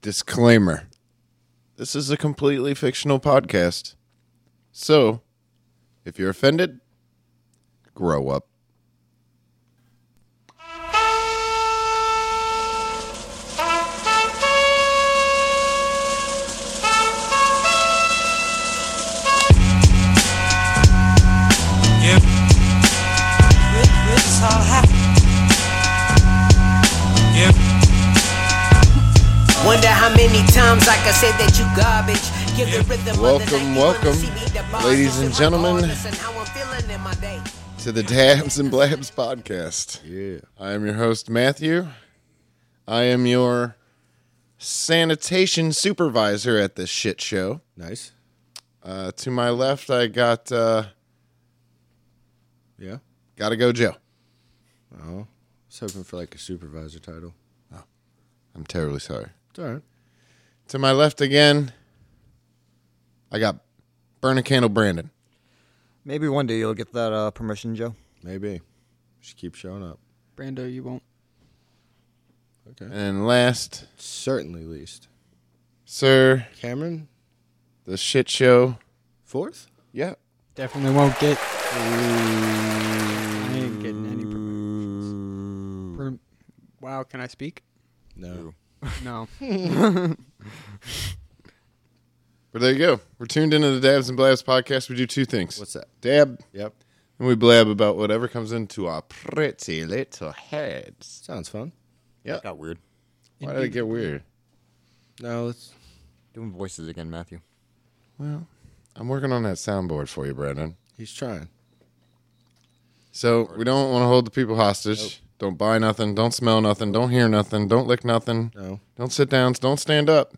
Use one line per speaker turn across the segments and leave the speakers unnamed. Disclaimer This is a completely fictional podcast. So, if you're offended, grow up.
Yeah. This, this is how it happened. Yeah.
Wonder how many times I can say that you garbage. Give the rhythm
Welcome, welcome, ladies and gentlemen. To the Dabs and Blabs podcast. Yeah. I am your host, Matthew. I am your sanitation supervisor at this shit show.
Nice.
Uh, to my left, I got uh,
Yeah.
Gotta Go Joe.
Oh. I was hoping for like a supervisor title.
I'm terribly sorry.
It's all right.
To my left again, I got Burn a Candle Brandon.
Maybe one day you'll get that uh, permission, Joe.
Maybe. She keeps showing up.
Brando, you won't.
Okay.
And last,
Certainly least.
sir,
Cameron,
the shit show.
fourth?
Yeah.
Definitely won't get. I ain't getting any promotions. Prom- wow, can I speak?
No.
No.
But there you go. We're tuned into the Dabs and Blabs podcast. We do two things.
What's that?
Dab,
Yep.
and we blab about whatever comes into our pretty little heads.
Sounds fun.
Yep.
Got weird.
Why did it get weird?
No, let's
Doing voices again, Matthew.
Well, I'm working on that soundboard for you, Brandon.
he's trying.
So we don't want to hold the people hostage. Don't buy nothing. Don't smell nothing. Don't hear nothing. Don't lick nothing.
No.
Don't sit down. Don't stand up.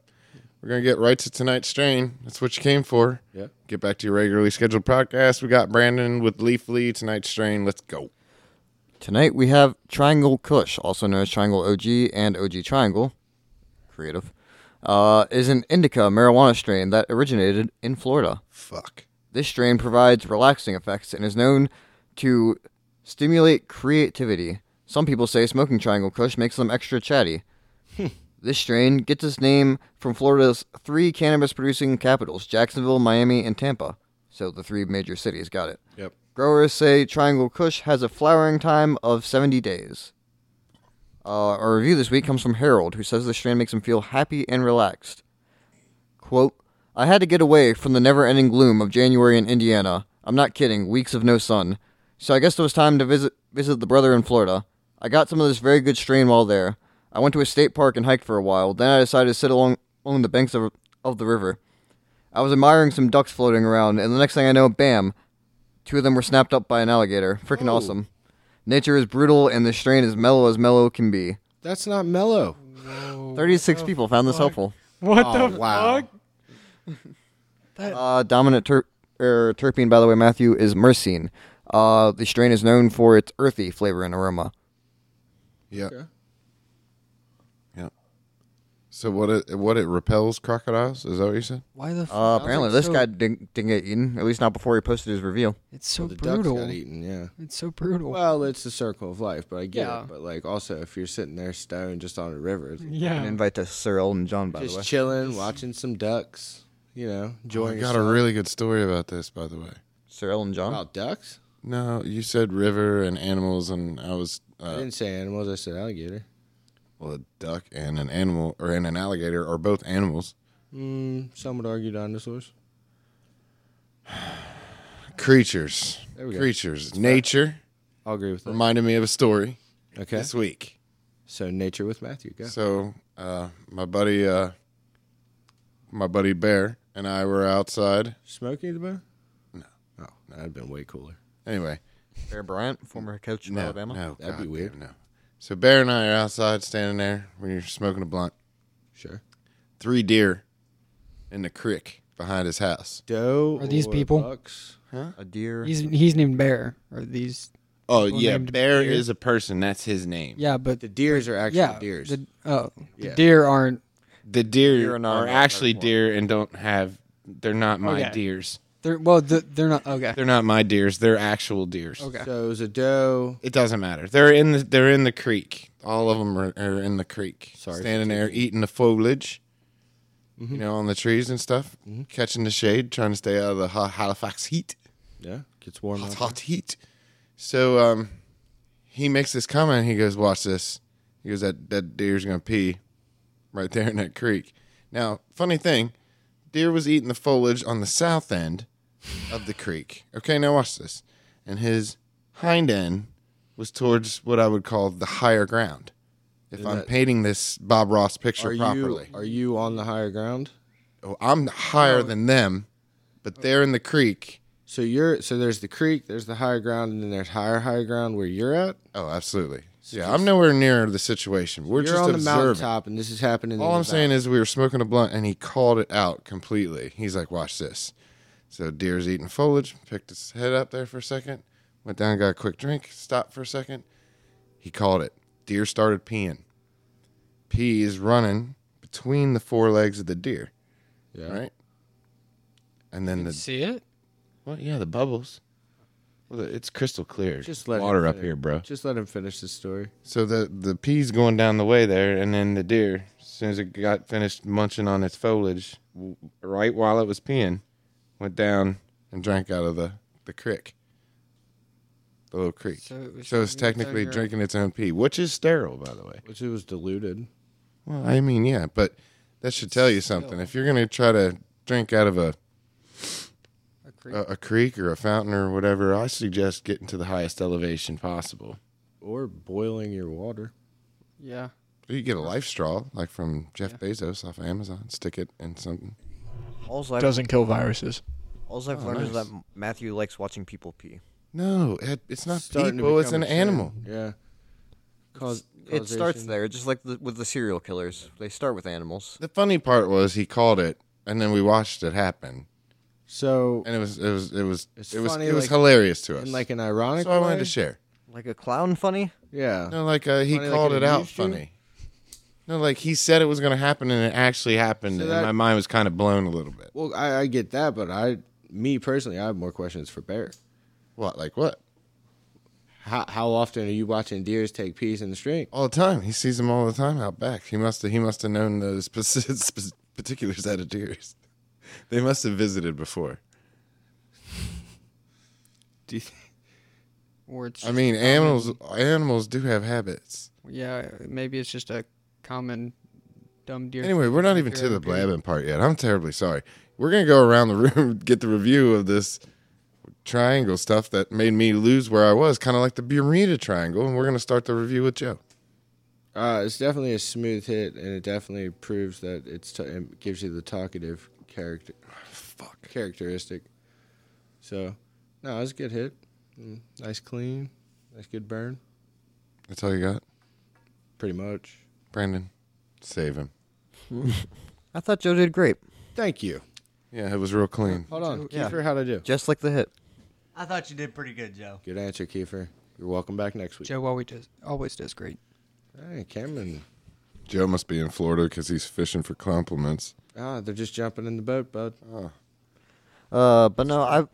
We're gonna get right to tonight's strain. That's what you came for.
Yeah.
Get back to your regularly scheduled podcast. We got Brandon with Leaf Lee tonight's strain. Let's go.
Tonight we have Triangle Kush, also known as Triangle OG and OG Triangle. Creative. Uh, is an indica marijuana strain that originated in Florida.
Fuck.
This strain provides relaxing effects and is known to stimulate creativity. Some people say smoking triangle kush makes them extra chatty. this strain gets its name from Florida's three cannabis producing capitals Jacksonville, Miami, and Tampa. So the three major cities got it.
Yep.
Growers say triangle kush has a flowering time of 70 days. Uh, our review this week comes from Harold, who says the strain makes him feel happy and relaxed. Quote, I had to get away from the never ending gloom of January in Indiana. I'm not kidding, weeks of no sun. So I guess it was time to visit visit the brother in Florida. I got some of this very good strain while there. I went to a state park and hiked for a while, then I decided to sit along along the banks of of the river. I was admiring some ducks floating around, and the next thing I know, bam, two of them were snapped up by an alligator. Freaking awesome. Nature is brutal and the strain is mellow as mellow can be.
That's not mellow.
Thirty six people found this helpful.
What the
wow.
fuck?
Oh, Uh, dominant ter- er, terpene, by the way, Matthew, is myrcene. Uh, the strain is known for its earthy flavor and aroma.
Yeah.
Okay.
Yeah. So what? It, what it repels crocodiles? Is that what you said?
Why the? fuck?
Uh, apparently, this
so,
guy didn't, didn't get eaten, at least not before he posted his review.
It's so
the
brutal.
ducks got eaten, yeah.
It's so
Oh.
brutal.
Well, it's the circle of life, but I get
Yeah.
it. But like also if you're sitting there stoned just on a river, it's
An
yeah.
invite to Sir Elton John, by the way.
just chilling, watching some ducks, you know,
Oh, I
enjoying
got a
yourself.
really good story about this, by the way.
Sir Elton John?
about ducks?
No, you said river and animals, and I was
I
uh,
didn't say animals, I said alligator.
well, a duck and an animal, or and an alligator, are both animals.
Mm, some would argue dinosaurs.
Creatures,
There we go.
creatures, nature.
I'll agree with that.
Reminded me of a story
Okay.
this week.
So nature with Matthew. Go.
So uh, my buddy, uh, my buddy Bear, and I were outside.
Smokey the Bear? No. Oh, that'd been way cooler.
Anyway,
Bear Bryant, former coach of
no,
Alabama?
no,
That'd be
goddamn
weird.
No. So Bear and I are outside, standing there. when you are smoking a blunt.
Sure.
Three deer in the creek behind his house.
Doe.
Are these
or
people?
bucks?
A deer?
He's he's named Bear. Or these?
Oh
People yeah, named Bear Deer? is
a person. That's his name.
Yeah, but
The deers are actually
yeah,
deers.
The, oh, the
Yeah.
deer aren't.
The deer,
Deer are not
are
a
actually
metaphor.
deer and don't have. They're not my
Okay.
deers.
They're well. The, they're not. Okay.
They're not my deers. They're actual deers.
okay.
So it was a doe.
It doesn't matter. They're in the. They're in the creek. All of them are, are in the creek.
Sorry for
standing there eating the foliage. you know, on the trees and stuff, catching the shade, trying to stay out of the Ha- Halifax heat,
Yeah, gets warm.
hot,
out
hot heat. So um, he makes this comment. He goes, "Watch this." He goes, "That that deer's gonna pee right there in that creek." Now, funny thing, deer was eating the foliage on the south end of the creek. Okay, now watch this. And his hind end was towards what I would call the higher ground. If I'm
that-
painting this Bob Ross
there.
picture
Are
properly,
you are you on the higher ground?
Oh, I'm higher than them, but they're in the creek.
So you're so there's the creek, there's the higher ground, and then there's higher higher ground where you're at.
Oh, absolutely. yeah, I'm nowhere near the situation. We're
you're
just
on the
observing.
mountaintop, and this is happening.
All I'm saying is we were smoking a blunt, and he called it out completely. He's like, "Watch this." So deer's eating foliage. Picked his head up there for a second. Went down, got a quick drink. Stopped for a second. He called it. Deer started peeing. Pee is running between the forelegs of the deer.
Yeah.
Right. And then the
See it?
Well, yeah, the bubbles. Well, the- it's crystal clear.
Just let
water
him
up
finish.
here, bro.
Just let him finish the story.
So the the pea's going down the way there, and then the deer, as soon as it got finished munching on its foliage, w- right while it was peeing, went down and drank out of the the creek, the little creek.
So
So,
it was
it's
drinking its own
technically
urine.
drinking its own pee, which is sterile, by the way.
Which it was diluted.
Well, I mean, yeah, but that should tell you something. If you're gonna try to drink out of a
A creek.
a, a creek or a fountain or whatever, I suggest getting to the highest elevation possible.
Or boiling your water.
Yeah.
You get a life straw, like from Jeff Bezos off of Amazon. Stick it in something.
Also, I've,
Doesn't kill viruses.
also I've learned is that M- Matthew likes watching people pee.
No, it, it's not
Starting to
people. It's an
become a trend.
animal.
Yeah. Cause
It starts
causation.
there, just like the, with the serial killers. They start with animals.
The funny part was he called it, and then we watched it happen,
So
and it was it was it was
It's
it was
funny,
it was
like-
hilarious to us.
in like an ironic
so I
way?
wanted to share.
Like a clown funny?
Yeah.
No, like uh, he
Funny, like
called
it
it out.
amused you?
Funny. No, like he said it was going to happen, and it actually happened,
So
and
that-
my mind was kind of blown a little bit.
Well, I, I get that, but I me personally I have more questions for Bear.
What? Like what?
How how often are you watching deers take peas in the stream?
All the time. He sees them all the time out back. He must have he must have known those speci- spec- particulars out of deers. They must have visited before.
Do you
Or it's
I mean, animals animals do have habits.
Yeah. Maybe it's just a common dumb deer.
Anyway, we're not even to the blabbing part yet. I'm terribly sorry. We're gonna go around the room, get the review of this triangle stuff that made me lose where I was, kind of like the Bermuda Triangle, and we're gonna start the review with Joe.
Uh, it's definitely a smooth hit, and it definitely proves that it's t- it gives you the talkative character, fuck characteristic. So, no, it was a good hit. Mm, Nice clean, nice good burn,
That's all you got,
pretty much.
Brandon. Save him.
I thought Joe did great.
Thank you.
Yeah, it was real clean.
Hold on,
Yeah.
Kiefer, how'd I do?
Just like the hit.
I thought you did pretty good, Joe.
Good answer, Kiefer. You're welcome back next week.
Joe always does, always does great.
Hey, Cameron.
Joe must be in Florida because he's fishing for compliments.
Ah, they're just jumping in the boat, bud.
Uh, but no, I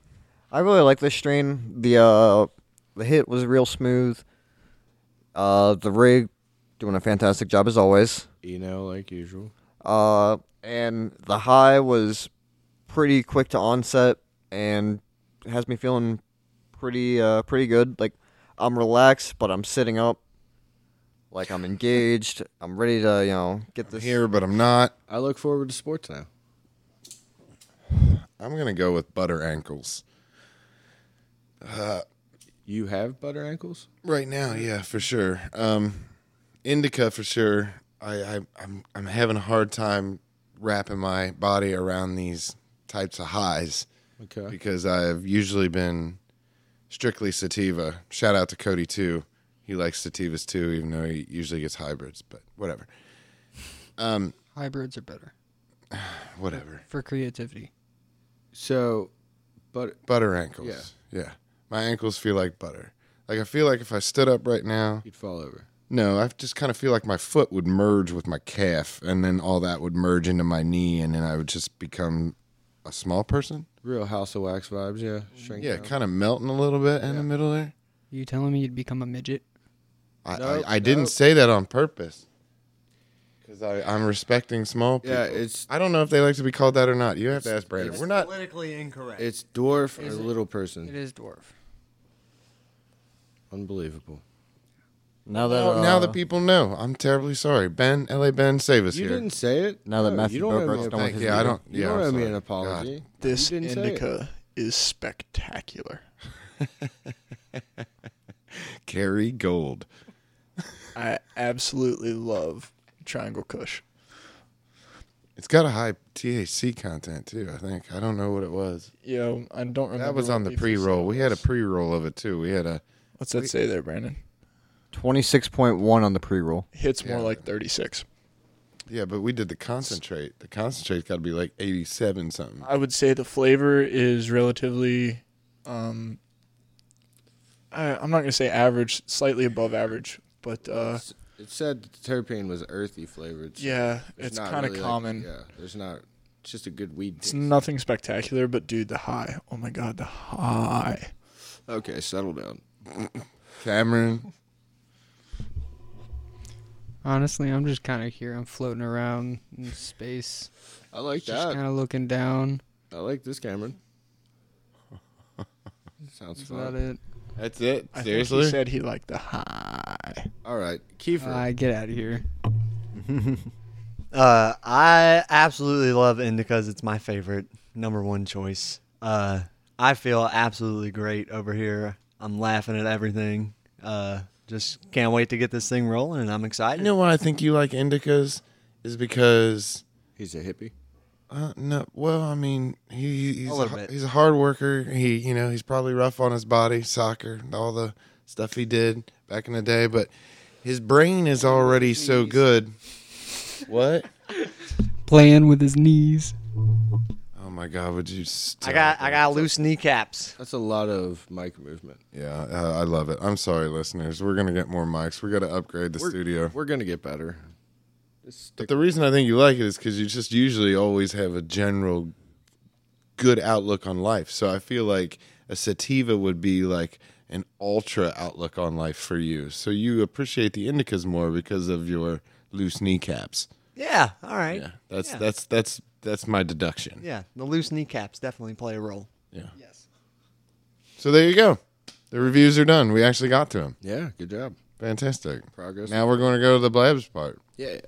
I really like this strain. The uh, the hit was real smooth. Uh, the rig doing a fantastic job as always.
You know, like usual.
Uh, and the high was pretty quick to onset and has me feeling pretty uh pretty good. Like I'm relaxed, but I'm sitting up. Like I'm engaged. I'm ready to you know get this
Here, but I'm not.
I look forward to sports now.
I'm gonna go with butter ankles.
You have butter ankles?
Right now, yeah, for sure. Um, indica for sure. I, I I'm I'm having a hard time wrapping my body around these types of highs
Okay.
because I've usually been strictly sativa. Shout out to Cody too. He likes sativas too, even though he usually gets hybrids. But whatever,
Hybrids are better
whatever.
for creativity.
So, but
Butter ankles. Yeah, yeah. My ankles feel like butter. Like I feel like if I stood up right now,
you'd fall over.
No, I just kind of feel like my foot would merge with my calf, and then all that would merge into my knee, and then I would just become a small person.
Real House of Wax vibes, yeah. Shrink
Yeah,
down.
kind of melting a little bit in the middle there.
You telling me you'd become a midget?
I,
Nope,
I, I didn't
nope.
say that on purpose. because I'm respecting small people.
Yeah, it's
I don't know if they like to be called that or not. You have to ask Brandon.
it's-
We're not.
Politically incorrect.
it's dwarf or
Is it-
little
It
person.
is dwarf.
Unbelievable.
Now that
Now, now
uh,
the people know. I'm terribly sorry, Ben. La Ben, save us
You
here.
didn't say it.
Now that
No,
Matthew
you don't owe me
Bogart's
an
done with
Thank
his
apology.
you. I
meeting.
don't.
You
Yeah,
don't
I'm
owe me
sorry.
an apology.
This
You didn't say it.
indica is spectacular.
God. Carrie Gold.
I absolutely love Triangle Kush.
It's got a high THC content too. I think. I don't know what it was.
Yo, I don't remember.
That was
what
on the
we first
pre-roll.
said
We had a
was.
pre-roll of it too. We had a.
What's that say there, Brandon?
26.1 on the pre-roll.
Hits more
Yeah.
like 36.
Yeah, but we did the concentrate. The concentrate's got to be like 87 something.
I would say the flavor is relatively, um, I, I'm not gonna say average, slightly above average, but uh,
It's- It said the terpene was earthy flavored. so
yeah,
there's
it's
not
kind of
really, like-
common.
yeah, there's not. It's just a good weed.
It's
taste.
nothing spectacular, but dude, the high. Oh my god, the high.
okay, settle down.
Cameron,
Honestly, I'm just kind of here. I'm floating around in space,
I like
just
that.
kind of looking down.
I like this, Cameron. Sounds
That's about
fun.
it.
that's it.
I think
Seriously,
he said he liked the high.
All right, Kiefer.
I get out of here.
Uh, I absolutely love indicas. It's my favorite, number one choice. Uh, I feel absolutely great over here. I'm laughing at everything. Uh, just can't wait to get this thing rolling, and I'm excited.
you know why I think you like indicas is because
He's a hippie.
uh, no. Well, I mean, he he's
A
a,
little bit.
he's a hard worker. He you know he's probably rough on his body, soccer, all the stuff he did back in the day, but his brain is already so good. What?
Playing with his knees.
Oh my God! Would you? Stop
I got I got loose kneecaps.
That's a lot of mic movement.
Yeah, uh, I love it. I'm sorry, listeners. We're gonna get more mics. We got to upgrade the
We're-
studio.
We're gonna get better. Just stick-
But the reason I think you like it is because you just usually always have a general good outlook on life. So I feel like a sativa would be like an ultra outlook on life for you. So you appreciate the indicas more because of your loose kneecaps.
Yeah, all right.
Yeah, that's
Yeah.
that's that's that's my deduction.
Yeah, the loose kneecaps definitely play a role.
Yeah.
Yes.
So there you go. The reviews are done. We actually got to them.
yeah, good job.
Fantastic.
Progress.
Now we're going to go to the blabs part.
yeah, yeah.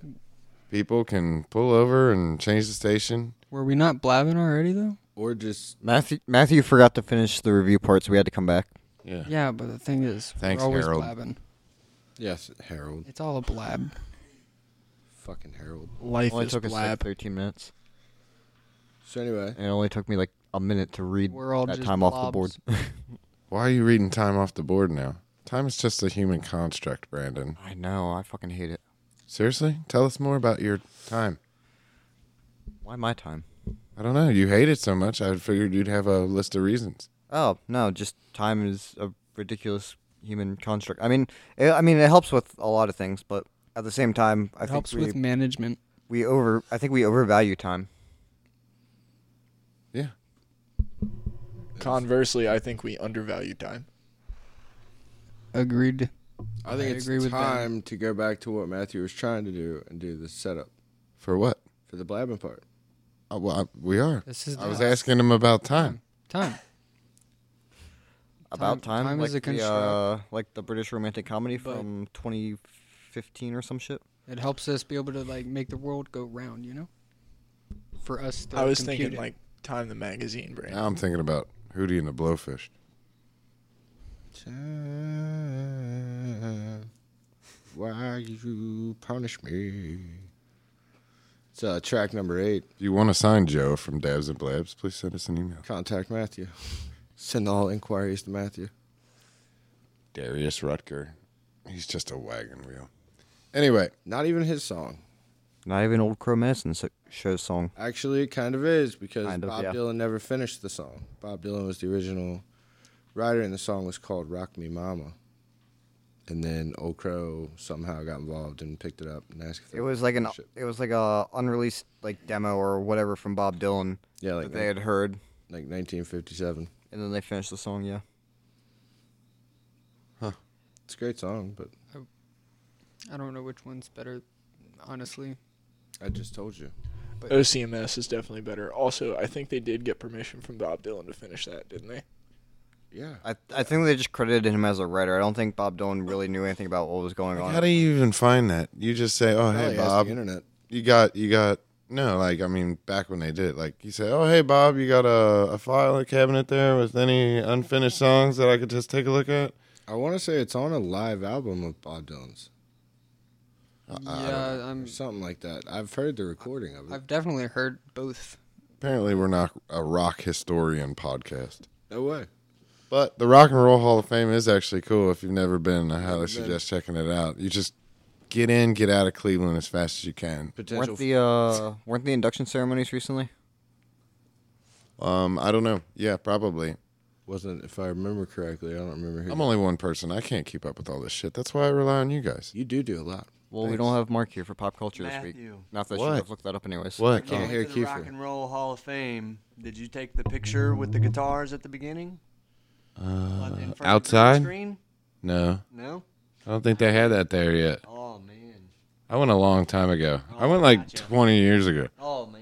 People can pull over and change the station.
Were we not blabbing already though?
or just
Matthew Matthew forgot to finish the review part, so we had to come back.
Yeah.
Yeah, but the thing is,
Thanks,
we're always
Harold.
blabbing.
yes, Harold.
It's all a blab.
Fucking Harold.
Life
only
is
took us like
blab.
13 minutes.
So anyway,
And it only took me like a minute to read
We're all
that
just
time off the board.
blobs.
Why are you reading time off the board now? Time is just a human construct, Brandon.
I know. I fucking hate it.
Seriously? Tell us more about your time.
Why my time?
I don't know. You hate it so much. I figured you'd have a list of reasons.
Oh no, just time is a ridiculous human construct. I mean, it, I mean, it helps with a lot of things, but at the same time, I
It
think
helps
we,
with management.
we over. I think we overvalue time.
Yeah.
Conversely, I think we undervalue time.
Agreed.
I think
I
it's
agree with Ben.
time to go back to what Matthew was trying to do and do the setup
For what?
for the blabbing part.
Oh, well, I, we are.
This is
I
the
was asking him about time.
time.
About time,
Time- time
like
is a
the uh,
construct.
like the British romantic comedy
But-
from 2015 or some shit.
It helps us be able to like make the world go round, you know. For us, to
I was
compute
thinking
it.
like Time the Magazine, Brandon.
Now I'm thinking about Hootie and the Blowfish.
Why you punish me? It's uh, track number eight.
If you want to sign Joe from Dabs and Blabs, please send us an email.
Contact Matthew. Send all inquiries to Matthew.
Darius Rutger. He's just a wagon wheel. Anyway,
Not even his song.
Not even old Crow Medicine so- show song.
Actually, it kind of is because
Kind of,
Bob
yeah.
Dylan never finished the song. Bob Dylan was the original writer, and the song was called "Rock Me Mama." And then Old Crow somehow got involved and picked it up and asked. If
It was like an
Shit.
it was like a unreleased like demo or whatever from Bob Dylan
yeah, like
that they had heard,
like 1957.
and then they finished the song. Yeah.
It's a great song, but
I don't know which one's better, honestly.
I just told you.
OCMS is definitely better. Also, I think they did get permission from Bob Dylan to finish that, didn't they?
Yeah.
I, I think they just credited him as a writer. I don't think Bob Dylan really knew anything about what was going on.
How do you even find that? You just say, "Oh,
Probably
hey,
has
Bob,
The internet.
you got, you got." No, like I mean, back when they did, like you say, "Oh, hey, Bob, you got a, a file a cabinet there with any unfinished songs that I could just take a look at?"
I want to say it's on a live album of Bob Dylan's
yeah, I'm.
or something like that. I've heard the recording of it.
I've definitely heard both.
Apparently, we're not a rock historian podcast,
no way.
but the Rock and Roll Hall of Fame is actually cool. If you've never been, I highly
been.
suggest checking it out. You just get in, get out of Cleveland as fast as you can.
Potential.
Weren't the uh, weren't the induction ceremonies recently?
Um, I don't know. Yeah, probably.
wasn't if I remember correctly. I don't remember who.
I'm only one person. I can't keep up with all this shit. That's why I rely on you guys.
you do do a lot.
Well, we don't have Mark here for pop culture this week.
Matthew.
Not that
What?
you have looked that up, anyways.
What?
Can't hear
the Rock
Kiefer.
and Roll Hall of Fame. Did you take the picture with the guitars at the beginning? Uh,
outside?
Screen?
No,
No.
I don't think they had that there yet.
Oh man.
I went a long time ago. I
Oh,
went like
gotcha.
20 years ago.
Oh man.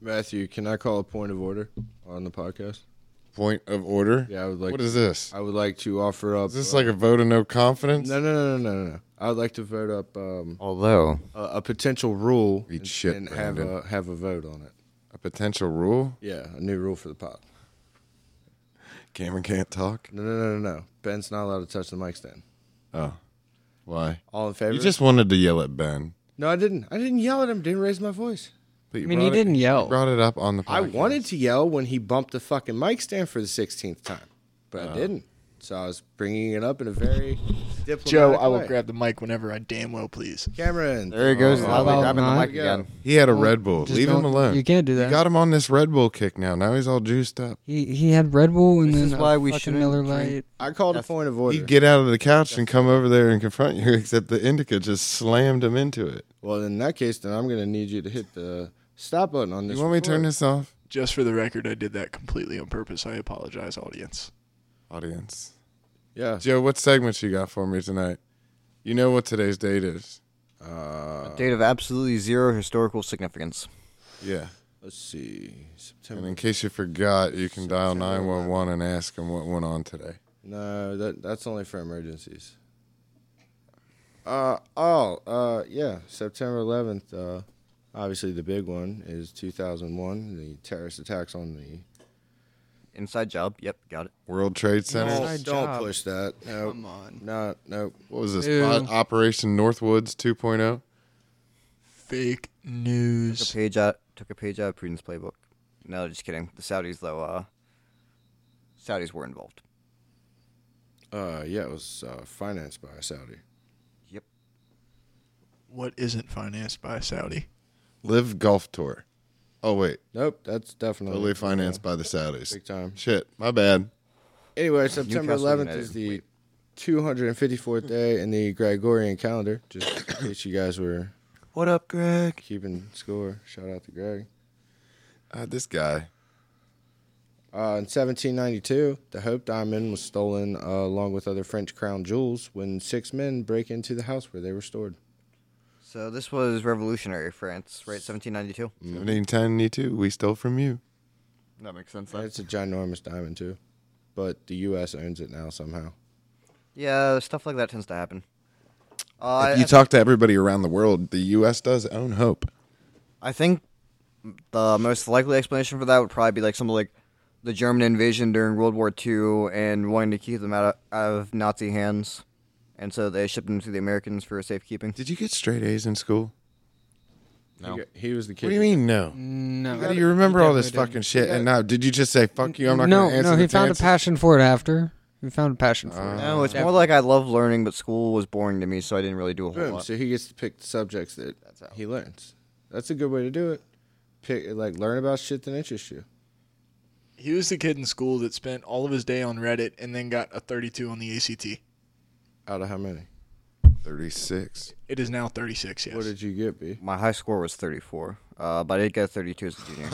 Matthew, can I call a point of order on the podcast?
Point of order.
Yeah, I would like.
what is this?
I would like to offer up. uh,
Is this like a vote of no confidence?
No, no, no, no, no, no. I would like to vote up um,
Although
a, a potential rule
Eat
and,
shit,
and have
Brandon.
a have a vote on it.
A potential rule?
Yeah, a new rule for the pod.
Cameron can't talk.
No, no, no, no, no. Ben's not allowed to touch the mic stand.
Oh, why?
All in favor?
You just wanted to yell at Ben.
no, I didn't. I didn't yell at him. Didn't raise my voice.
But you
I mean, he
brought it-
didn't yell.
you brought it up on the. Podcast.
I wanted to yell when he bumped the fucking mic stand for the sixteenth time, but I didn't. So I was bringing it up in a very diplomatic
Joe, I will
way.
grab the mic whenever I damn well please.
Cameron. Oh,
there he goes, loudly
well,
grabbing the
no.
mic
Yeah.
again.
He had a Red Bull.
Just
Leave him
don't-
alone.
You can't do
You
that.
got him on this Red Bull kick now. Now he's all juiced up.
he he had Red Bull and
This
then
is why
a
we
fucking
shouldn't
Miller
drink.
Lite.
I called a point of order.
He'd get out of the couch and come over there and confront you, except the indica just slammed him into it.
well, in that case, then I'm going to need you to hit the stop button on this.
You want me to turn
recorder.
this off?
Just for the record, I did that completely on purpose. I apologize, audience.
Audience.
Yeah.
Joe, what segments you got for me tonight? You know what today's date is.
Uh,
Date of absolutely zero historical significance.
Yeah.
let's see.
And
September.
in case you forgot, you can dial 911 and ask them what went on today.
No, that that's only for emergencies. Uh oh, uh yeah, September 11th. Uh, obviously, the big one is 2001, the terrorist attacks on the.
Inside job. Yep, got it.
World Trade Center.
Oh,
Inside
don't
job.
push that. No,
Um,
Come on.
no, no.
What was this?
Ew.
O- Operation Northwoods oh? 2.0?
Fake
Took a
news.
page out. Took a page out of Putin's playbook. No, just kidding. The Saudis though. Uh, Saudis were involved.
Uh, yeah, it was uh, financed by a Saudi.
What isn't financed by Saudi?
Live Golf Tour. Oh, wait.
Nope, that's definitely
Totally financed by the Saudis.
big time.
Shit. My bad.
Anyway, September
Newcastle
11th
United.
is the 254th day in the Gregorian calendar. Just in case you guys were
What up, Greg?
keeping score, shout out to Greg.
Uh, this guy.
Uh, in 1792, the Hope Diamond was stolen uh, along with other French crown jewels when six men break into the house where they were stored.
So this was revolutionary France, right? 1792.
Mm. 1792. We stole from you.
That makes sense.
And it's a ginormous diamond, too. But the U.S. owns it now somehow.
Yeah, stuff like that tends to happen. Uh,
If
I-
you talk to everybody around the world, the U.S. does own hope.
I think the most likely explanation for that would probably be like something like the German invasion during World War II and wanting to keep them out of, out of Nazi hands, and so they shipped them to the Americans for safekeeping.
Did you get straight A's in school?
No. He, was the kid.
What do you mean, no?
No.
How do you remember all this
definitely
fucking shit? And now, did you just say "fuck you"? I'm not
no,
going to answer.
no. He
the
found
chances?
a passion for it after. He found a passion for it.
No, it's more like I love learning, but school was boring to me, so I didn't really do a whole
Boom.
lot.
So he gets to pick the subjects that he learns. That's a good way to do it. Pick like learn about shit that interests you.
He was the kid in school that spent all of his day on Reddit and then got a 32 on the ACT.
Out of how many?
Thirty-six.
It is now 36, yes.
What did you get, B?
My high score was 34, uh, but I did get 32 as a junior.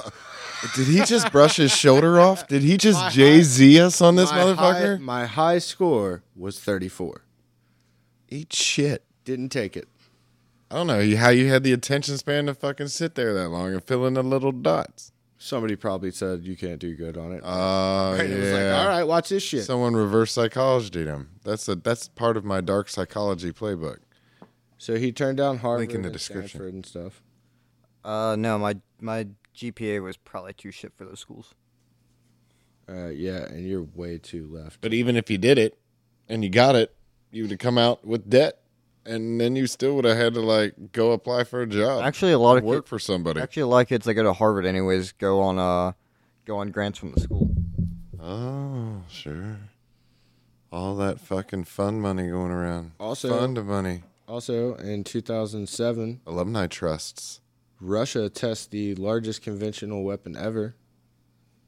Did he just brush his shoulder off? Did he just Jay Z us on this
my High,
motherfucker?
my high score was 34.
Eat shit.
Didn't take it.
I don't know you- how you had the attention span to fucking sit there that long and fill in the little dots.
Somebody probably said you can't do good on it.
Oh
Right?
yeah.
It was like, all right, watch this shit. So,
Someone reverse psychology him. That's a that's part of my dark psychology playbook.
he turned down Harvard
Link in the
and
description.
Stanford and stuff.
Uh, no, my my GPA was probably too shit for those schools.
Uh, yeah, and you're way too left.
But even if you did it and you got it, you would have come out with debt, and then you still would have had to like go apply for a job.
Actually, a lot of
work
kid-
for somebody.
Actually, a lot of kids that go to Harvard, anyways, go on uh, go on grants from the school.
Oh, sure. All that fucking fund money going around.
Also-
fund of money,
Also, in 2007,
alumni trusts.
Russia tests the largest conventional weapon ever,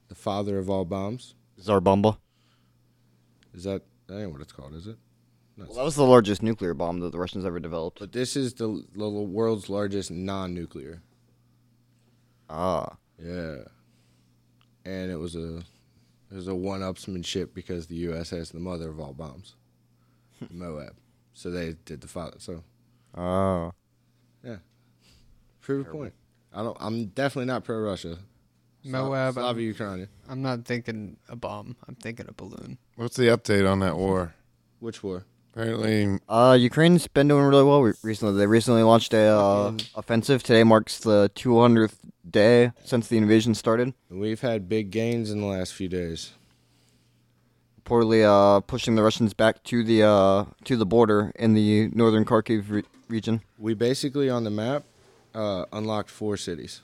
the father of all bombs.
Zarbomba.
Is that that ain't what it's called, is it?
Well, that was the largest nuclear bomb that the Russians ever developed.
But this is the, the world's largest non-nuclear.
Ah,
Yeah. And it was a it was a one-upsmanship because the U.S. has the mother of all bombs, the Moab. So they did the father. So
oh,
prove a point. I don't. I'm definitely not pro Russia.
Moab. I'm-
Slava Ukraine.
I'm not thinking a bomb. I'm thinking a balloon.
What's the update on that war?
Which war?
Apparently,
uh, Ukraine's been doing really well re- recently. They recently launched a uh, offensive. Today marks the 200th day since the invasion started.
We've had big gains in the last few days.
Reportedly, uh, pushing the Russians back to the uh, to the border in the northern Kharkiv re- region.
We basically on the map uh, unlocked four cities.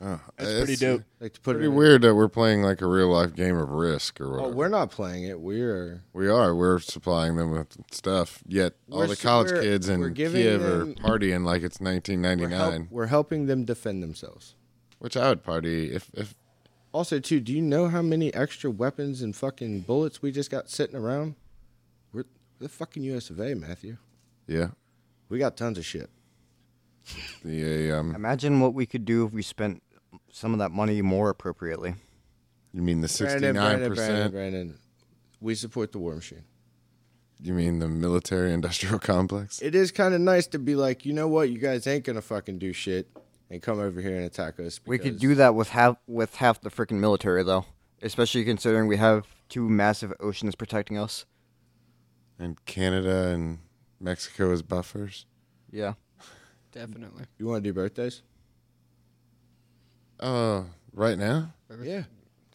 oh,
That's pretty dope.
Like to put
Pretty
it in-
weird that we're playing like a real life game of Risk or
Oh,
whatever.
we're not playing it. We're
We are. We're supplying them with stuff. Yet all
We're
the
su-
college
we're-
kids
we're
in
giving
Kiev
them-
are partying like it's
we're,
1999,
help- we're helping them defend themselves.
which I would party if if
Also, too, do you know how many extra weapons and fucking bullets we just got sitting around? We're we're the fucking U.S. of A, Matthew.
yeah
We got tons of shit.
the uh, um
Imagine what we could do if we spent some of that money more appropriately.
you mean the 69
Brandon,
percent
Brandon, we support the war machine.
you mean the military industrial complex
It is kind of nice to be like, you know what, you guys ain't gonna fucking do shit and come over here and attack us.
We could
because-
do that with half with half the freaking military, though. Especially considering we have two massive oceans protecting us.
and Canada and Mexico as buffers.
Yeah.
Definitely.
You want to do birthdays?
Oh, right now?
Yeah.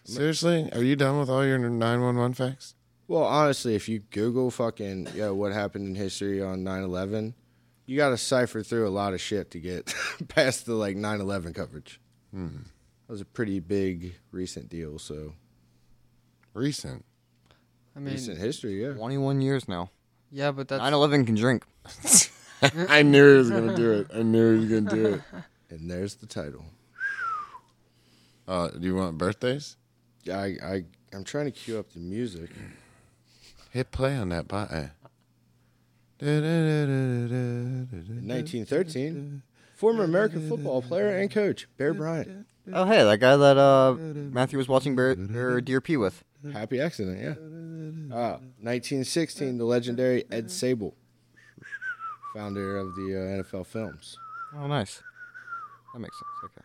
Seriously? Are you done with all your 911 facts?
Well, honestly, if you Google fucking yeah, what happened in history on 9/11, you got to cipher through a lot of shit to get past the like 9/11 coverage.
Hmm.
That was a pretty big recent deal, so
Recent.
I mean,
recent history, yeah.
Twenty one years now.
yeah, but that's.
Nine eleven can drink.
I knew he was gonna do it. I knew he was gonna do it.
And there's the title.
Uh, do you want birthdays?
I I I'm trying to cue up the music.
Hit play on that button.
1913, former American football player and coach Bear Bryant.
Oh hey, that guy that uh Matthew was watching Bear or Deer P with.
Happy accident, yeah. Uh, 1916, the legendary Ed Sable, founder of the uh, NFL Films.
Oh nice. That makes sense. Okay.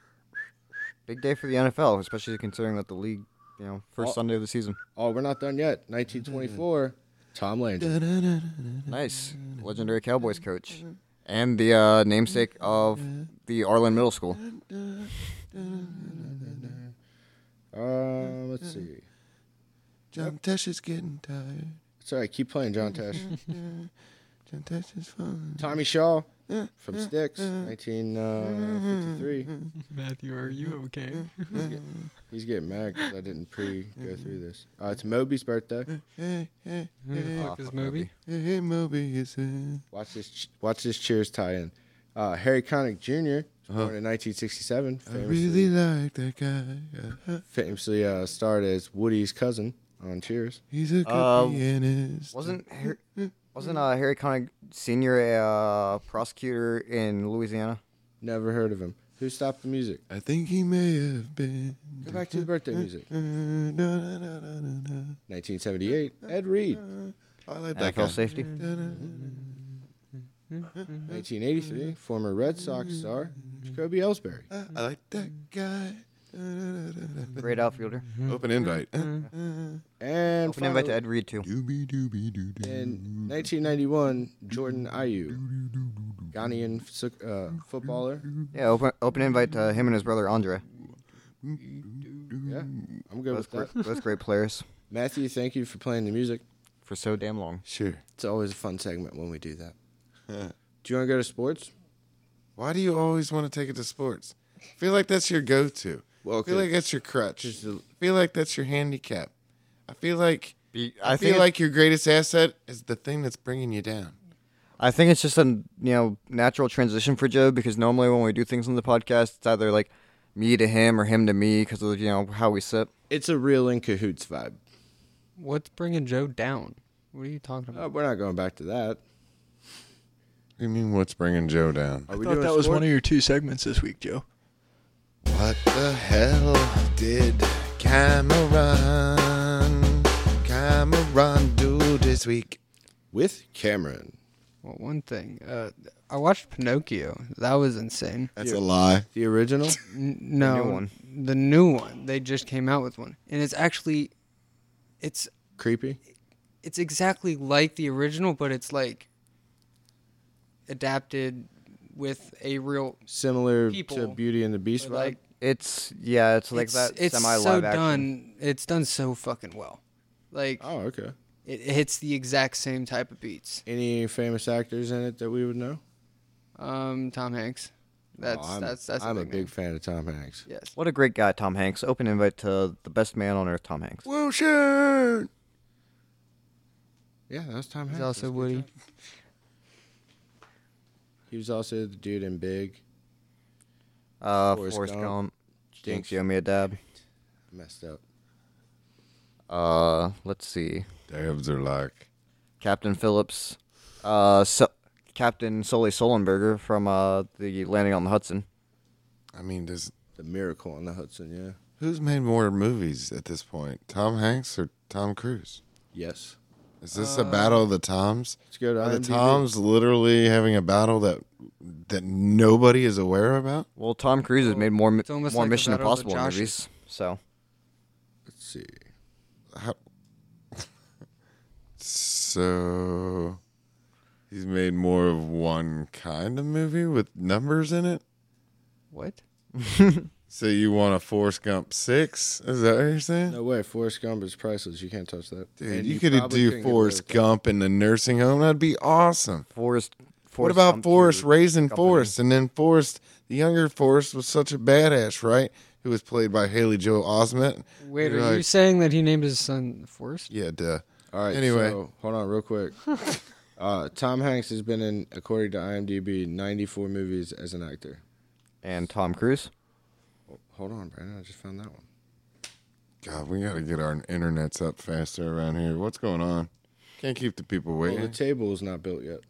Big day for the NFL, especially considering that the league, you know, first
Oh.
Sunday of the season.
Oh, we're not done yet. 1924, Tom Landry.
Nice. Legendary Cowboys coach. And the uh, namesake of the Arlen Middle School.
Um, let's see.
John Tesh is getting tired.
Sorry, keep playing, John Tesh.
John Tesh is fun.
Tommy Shaw from uh, Styx, 1953.
Matthew, are you okay?
He's getting mad because I didn't pre go through this. Uh, it's Moby's birthday.
Hey, hey, hey,
Ah,
this
fuck
movie?
hey, hey, Moby is in.
Watch this. Watch this. Cheers tie-in. Uh, Harry Connick Jr. was
Uh-huh.
born in 1967.
I
Famously,
really like that guy. Uh,
famously uh, starred as Woody's cousin on Cheers.
He's a good
Uh,
pianist.
Wasn't Harry, wasn't uh, Harry Connick Senior a uh, prosecutor in Louisiana?
Never heard of him. Who stopped the music?
I think he may have been.
Go back to the birthday music.
Uh, da, da, da, da, da, da.
1978. Ed Reed.
I like that
NFL
guy. Mm-hmm.
safety.
Da, da, da, da.
1983, former Red Sox star Jacoby Ellsbury.
I like that guy.
Great Hmm. outfielder.
Open invite. Uh-huh.
And
Open invite to
finally,
Ed Reed too.
Doobie doobie doo doo.
In 1991, Jordan Ayew, Ghanaian f- uh, footballer.
Yeah, open open invite to him and his brother Andre.
Yeah, I'm good
Both
with
great,
that.
both great players
Matthew, thank you for playing the music.
for so damn long.
Sure.
It's always a fun segment when we do that. Do you want to go to sports?
Why do you always want to take it to sports? I feel like that's your go-to.
Well,
I feel
'cause-
like that's your crutch.
Just a-
I feel like that's your handicap. I feel like I,
I think
feel
it-
like your greatest asset is the thing that's bringing you down.
I think it's just a you know natural transition for Joe because normally when we do things on the podcast, it's either like me to him or him to me because of you know how we sit.
It's a real in cahoots vibe.
What's bringing Joe down? What are you talking about?
Uh, we're not going back to that.
You mean what's bringing Joe down?
Are
I
we
thought
doing
that was one
sports?
of your two segments this week, Joe.
What the hell did Cameron Cameron do this week?
with Cameron.
Well, one thing. Uh, I watched Pinocchio. That was insane.
That's a lie.
The original?
N- no,
new one.
The new one. They just came out with one, and it's actually, it's
Creepy?
it's exactly like the original, but it's like adapted with a real
Similar to
People.
Beauty and the Beast vibe?
like.
It's yeah, it's like
it's,
that
it's
semi live
so
action.
done. It's done so fucking well. Like
oh, okay.
it, it hits the exact same type of beats.
Any famous actors in it that we would know?
Um, Tom Hanks. That's
Oh, I'm,
that's that's.
I'm a
name.
big fan of Tom Hanks.
Yes.
What a great guy, Tom Hanks. Open invite to the best man on earth, Tom Hanks.
Wilson.
Yeah, that was Tom Hanks.
He's also Woody.
He was also the dude in Big.
Uh,
Forrest
Forrest,
Gump.
Gump,
Jinx.
Jinx, you owe me a dab.
Messed up.
Uh, let's see,
Dabs are like
Captain Phillips, uh, so- Captain Sully Solenberger from uh the Landing on the Hudson.
I mean, does
The Miracle on the Hudson, yeah.
who's made more movies at this point? Tom Hanks or Tom Cruise?
Yes.
Is this
Uh,
a battle of the Toms?
Let's go to
Are the
IMDb.
Toms literally having a battle that that nobody is aware about?
Well, Tom Cruise has made more mi-
it's
more
almost like the
Mission
Battle of the
Impossible
Joshes.
movies. So
Let's see.
How- so he's made more of one kind of movie with numbers in it.
What?
So you want a Forrest Gump six? Is that what you're saying?
No way. Forrest Gump is priceless. You can't touch that.
Dude,
And
you, could
probably couldn't
do
get away
Forrest
with that.
Gump in the nursing home. That'd be awesome.
Forrest.
what
Forrest
about
Gump
Forrest
too.
raising
company.
Forrest? And then Forrest, the younger Forrest, was such a badass, right? Who was played by Haley Joel Osment.
Wait,
You're
are you
like,
saying that he named his son Forrest?
Yeah, duh.
All right.
Anyway.
so, hold on, real quick. Uh, Tom Hanks has been in, according to IMDb, 94 movies as an actor.
and Tom Cruise?
Hold on, Brandon. I just found that one.
God, we gotta get our internets up faster around here. What's going on? Can't keep the people
Well, the
waiting.
table is not built yet.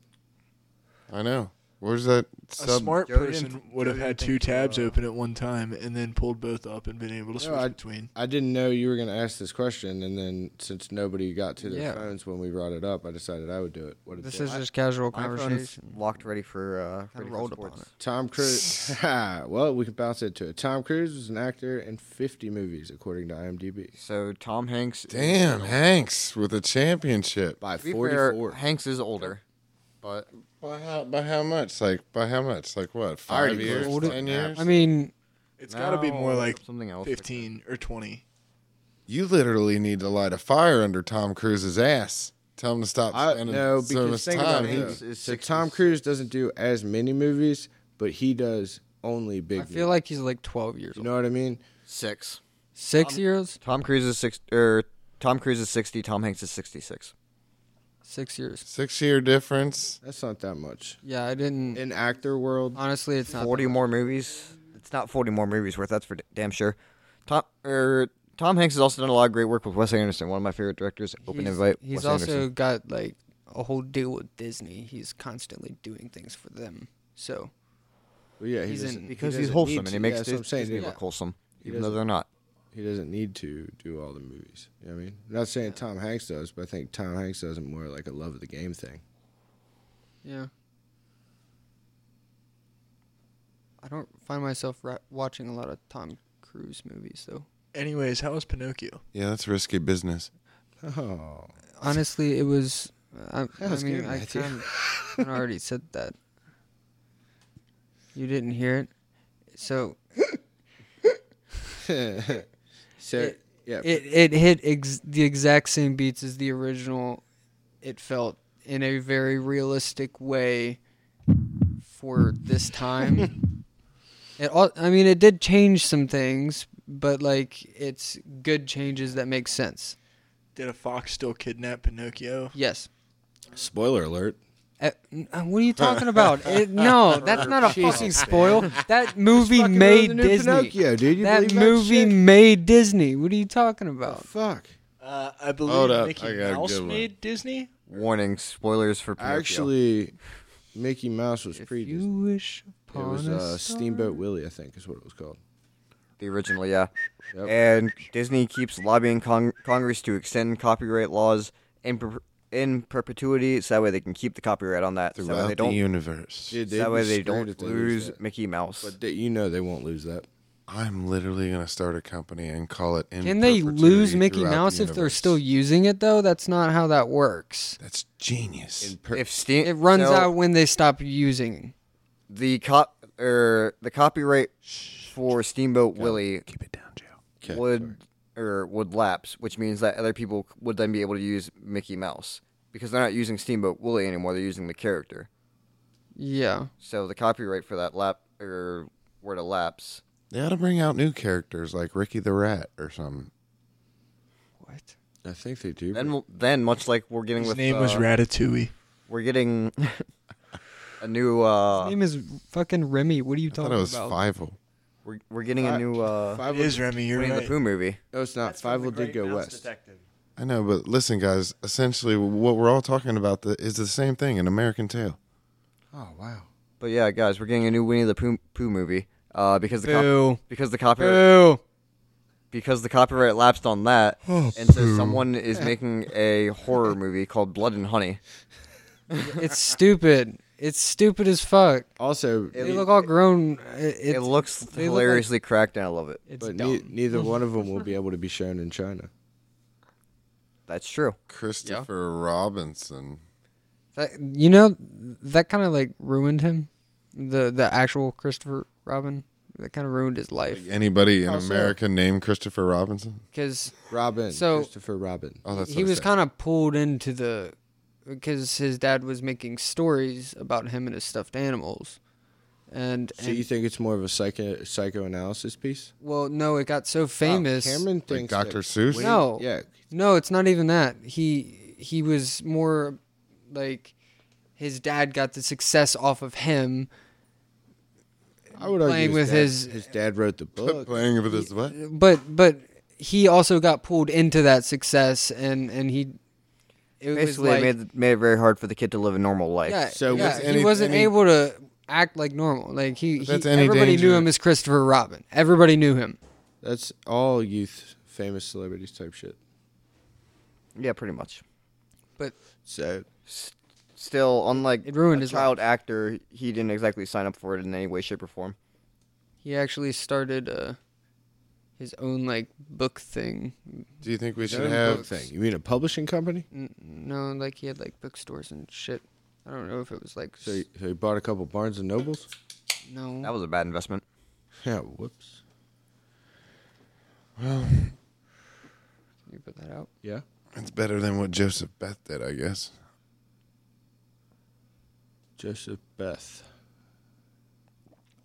I know. Where's that
A
sub?
smart
Joe didn't-
person would have
Joe
had
didn't
two
think so,
tabs
uh,
open at one time and then pulled both up and been able to switch
I-
between.
I didn't know you were going to ask this question, and then since nobody got to their
Yeah.
phones when we brought it up, I decided I would do it. What
This
is
is just casual conversation.
Locked, ready for uh, ready for
rolled upon
sports.
Tom Cruise. well, we can bounce into it. Tom Cruise was an actor in 50 movies, according to IMDb.
So Tom Hanks. is-
Damn, Hanks with a championship.
By
to be
44.
fair, Hanks is older, but
By how? By how much? Like by how much? Like what?
already
Five years?
Googled it.
Ten years?
I mean,
It's got to be more
No,
like
something else.
15 or 20.
You literally need to light a fire under Tom Cruise's ass. Tell him to stop
I
spending
no,
so much
because think
time.
about
there.
Hanks
it.
Hanks is
So
60s.
Tom Cruise doesn't do as many movies, but he does only big.
I feel
movies.
like he's like 12 years
you
old.
know what I mean.
Six.
Six years?
Tom Cruise is six. Or Tom Cruise is sixty. Tom Hanks is sixty-six.
Six years.
Six year difference.
That's not that much
Yeah, I didn't.
in actor world.
honestly, it's not.
Forty
that-
more movies. It's not forty more movies worth. That's for d- damn sure. Tom er, Tom Hanks has also done a lot of great work with Wes Anderson, one of my favorite directors. Open
he's,
invite.
He's
Wes
also
Anderson.
got like a whole deal with Disney. He's constantly doing things for them. So
Well, yeah, he
he's
doesn't-
in-
he
because he's
doesn't need
wholesome and
to.
he makes
Yeah, that's what I'm
Dis-
saying.
Disney
dude.
look wholesome,
He
even though
doesn't-
they're not.
he doesn't need to do all the movies. You know what I mean? I'm not saying Tom Hanks does, but I think Tom Hanks does it more like a love of the game thing.
yeah, I don't find myself ra- watching a lot of Tom Cruise movies though.
Anyways, how was Pinocchio?
Yeah, that's risky business.
Oh,
Honestly, it was. I, I
was
mean,
good,
I
Matthew.
kind of I already said that. You didn't hear it, so
so
It-
yeah,
it it hit ex- the exact same beats as the original. It felt in a very realistic way for this time. it all, I mean, it did change some things, but like it's good changes that make sense.
Did a fox still kidnap Pinocchio?
Yes.
spoiler alert.
Uh, n- uh, what are you talking about? It, no, that's not a fucking spoil. That movie made Disney.
Pinocchio, dude. You
That
believe
movie
That shit?
made Disney. What are you talking about?
Fuck.
Uh, I believe
Hold up,
Mickey
I got a
Mouse
good one.
made Disney.
Warning: spoilers for Pinocchio.
Actually, Mickey Mouse was
If
pre.
you
Disney.
wish
It
upon
was
a
uh,
star.
Steamboat Willie, I think, is what it was called.
the original, yeah.
Yep.
And Disney keeps lobbying Cong- Congress to extend copyright laws in per- in perpetuity, so that way they can keep the copyright on that. So that way
Throughout
they
the
don't.
universe.
Dude,
so
they'd
that
be
way they
screwed
don't
if they lose
lose
that.
Mickey Mouse.
But they, you know they won't lose that.
I'm literally gonna start a company and call it. In
Can they
Perpetuity
lose Mickey
Throughout the
Mouse if they're
Universe.
still using it though? That's not how that works.
That's genius.
if Steam,
It runs
so
out when they stop using.
The cop er, the copyright for Steamboat Willie
Keep it down, Joe.
Okay.
would or would lapse, which means that other people would then be able to use Mickey Mouse because they're not using Steamboat Willie anymore; they're using the character.
Yeah.
So the copyright for that lap or were to lapse.
They ought to bring out new characters like Ricky the Rat or something.
What?
I think they do.
Then, then much like we're getting
His
with
name
uh,
was Ratatouille.
we're getting a new uh,
name is fucking Remy. What are you
I thought
talking
it was
about?
Fievel.
we're, we're getting a new uh,
Five
It is Remy. You're
Winnie the
right.
Pooh movie.
No, it's not. Five did go west.
I know, but listen, guys. Essentially, what we're all talking about the, is the same thing. An American Tale.
Oh wow.
But yeah, guys, we're getting a new Winnie the Pooh, Pooh movie uh, because the cop-
Boo.
because the copyright
Boo.
because the copyright lapsed on that,
Oh,
and so someone is making a horror movie called Blood and Honey.
It's stupid. It's stupid as fuck.
Also,
They
ne-
look all grown. It,
It,
it's-
looks
they look like-
hilariously cracked, and I love it.
it's
but
dumb.
ne- neither one of them will be able to be shown in China.
That's true.
Christopher Robinson.
That- you know, that kind of like ruined him. The the actual Christopher Robin. That kind of ruined his life.
Anybody in
Oh,
How so?
America named Christopher Robinson?
Because
Robin,
So-
Christopher Robin.
Oh, that's
he was kind of pulled into the because his dad was making stories about him and his stuffed animals and,
So
and-
you think it's more of a psycho psychoanalysis piece?
well no it got so famous Oh,
Oh, Cameron thinks
Dr.
that-
Seuss?
Winnie-
No.
Yeah.
no it's not even that he he was more like his dad got the success off of him
I would
Playing
argue
with
dad-
his-
his dad wrote the
of
book.
playing with his what?
but but he also got pulled into that success and and he it
Basically,
was like,
it made made it very hard for the kid to live a normal life.
yeah,
So
yeah,
was
he
any-
wasn't
any-
able to act like normal like he, he
That's any
everybody knew
danger.
him as Christopher Robin everybody knew him
That's all youth famous celebrities type shit.
Yeah, pretty much.
So
Still, unlike
It
a
ruined his
child actor, he didn't exactly sign up for it in any way, shape, or form.
He actually started uh, his own like book thing.
Do you think we should
Own
have Mm.
book thing. You mean a publishing company?
N- no, like he had like bookstores and shit. I don't know if it was like
So you, so you bought a couple Barnes and Nobles?
s- no.
That was a bad investment.
Yeah. Whoops.
Can you put that out?
Yeah.
It's better than what Joseph Beth did, I guess.
Joseph Beth.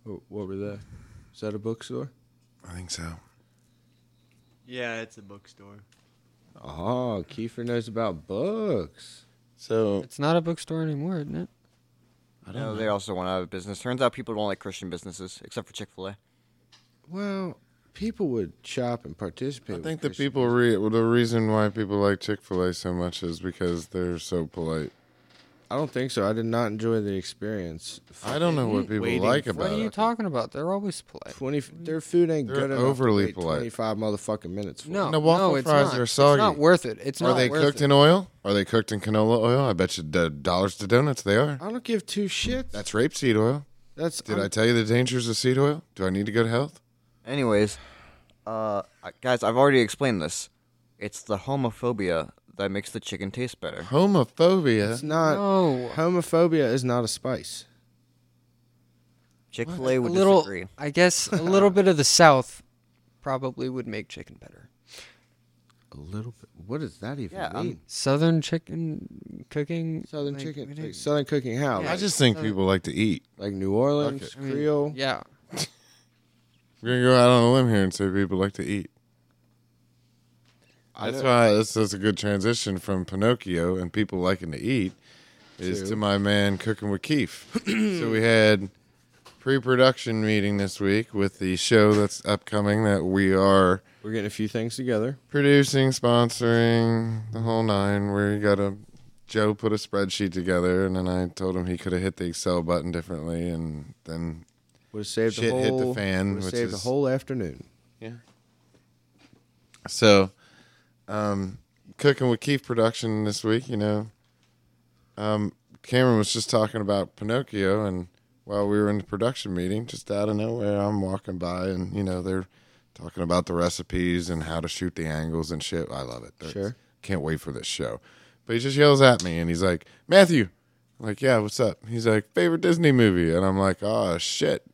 Wh- What were they? Is that a bookstore?
I think so.
Yeah, it's a bookstore.
Uh-huh.
Oh, Kiefer knows about books.
So
It's not a bookstore anymore, isn't it?
I don't know. They also went out of business. Turns out people don't like Christian businesses, except for Chick Fil A.
Well, people would shop and
I
participate. with
think the
Christian
people
music.
re- well, the reason why people like Chick Fil A so much is because they're so polite.
I don't think so. I did not enjoy the experience.
I don't know what people
Waiting
like
for-
about
What are you
it.
talking about? They're always polite.
Twenty. f- Their food ain't
They're
good enough.
overly
to wait
polite.
Twenty-five motherfucking minutes. For
No,
The waffle
no, it's
fries
not.
are
It's not
soggy.
worth it. It's
Are
not
they
worth
cooked
it.
in oil? Are they cooked in canola oil? I bet you d- dollars to donuts they are.
I don't give two shits.
That's rapeseed oil.
That's
Did I tell you the dangers of seed oil? Do I need to go to health?
Anyways, uh, I- guys, I've already explained this. It's the homophobia that makes the chicken taste better.
Homophobia.
It's not
No.
homophobia is not a spice.
Chick Fil A
A
would
little,
disagree.
I guess, a little bit of the South probably would make chicken better.
A little bit. What does that even
Yeah, I'm-
mean?
Southern chicken cooking.
Southern
like, we
chicken,
didn't-
like Southern cooking. How?
I
Like,
just think people like to eat.
like New Orleans
Okay.
I mean,
Creole.
Yeah.
We're gonna go out on a limb here and say people like to eat. That's why this is a good transition from Pinocchio and people liking to eat is
True.
to my man cooking with Keef. so we had pre-production meeting this week with the show that's upcoming that we are
We're getting a few things together.
producing, sponsoring, the whole nine. Where you got to Joe put a spreadsheet together, and then I told him he could have hit the Excel button differently, and then
Would have saved
Shit
the
hit the
whole
fan,
Would have
which
saved the
is-
whole afternoon.
So, um, cooking with Keith production this week, you know. Um, Cameron was just talking about Pinocchio, and while we were in the production meeting, just out of nowhere, I'm walking by, and you know they're talking about the recipes and how to shoot the angles and shit. I love it. That's-
Sure.
can't wait for this show. But he just yells at me, and he's like, "Matthew," I'm like, "Yeah, what's up?" He's like, "Favorite Disney movie," and I'm like, "Oh shit."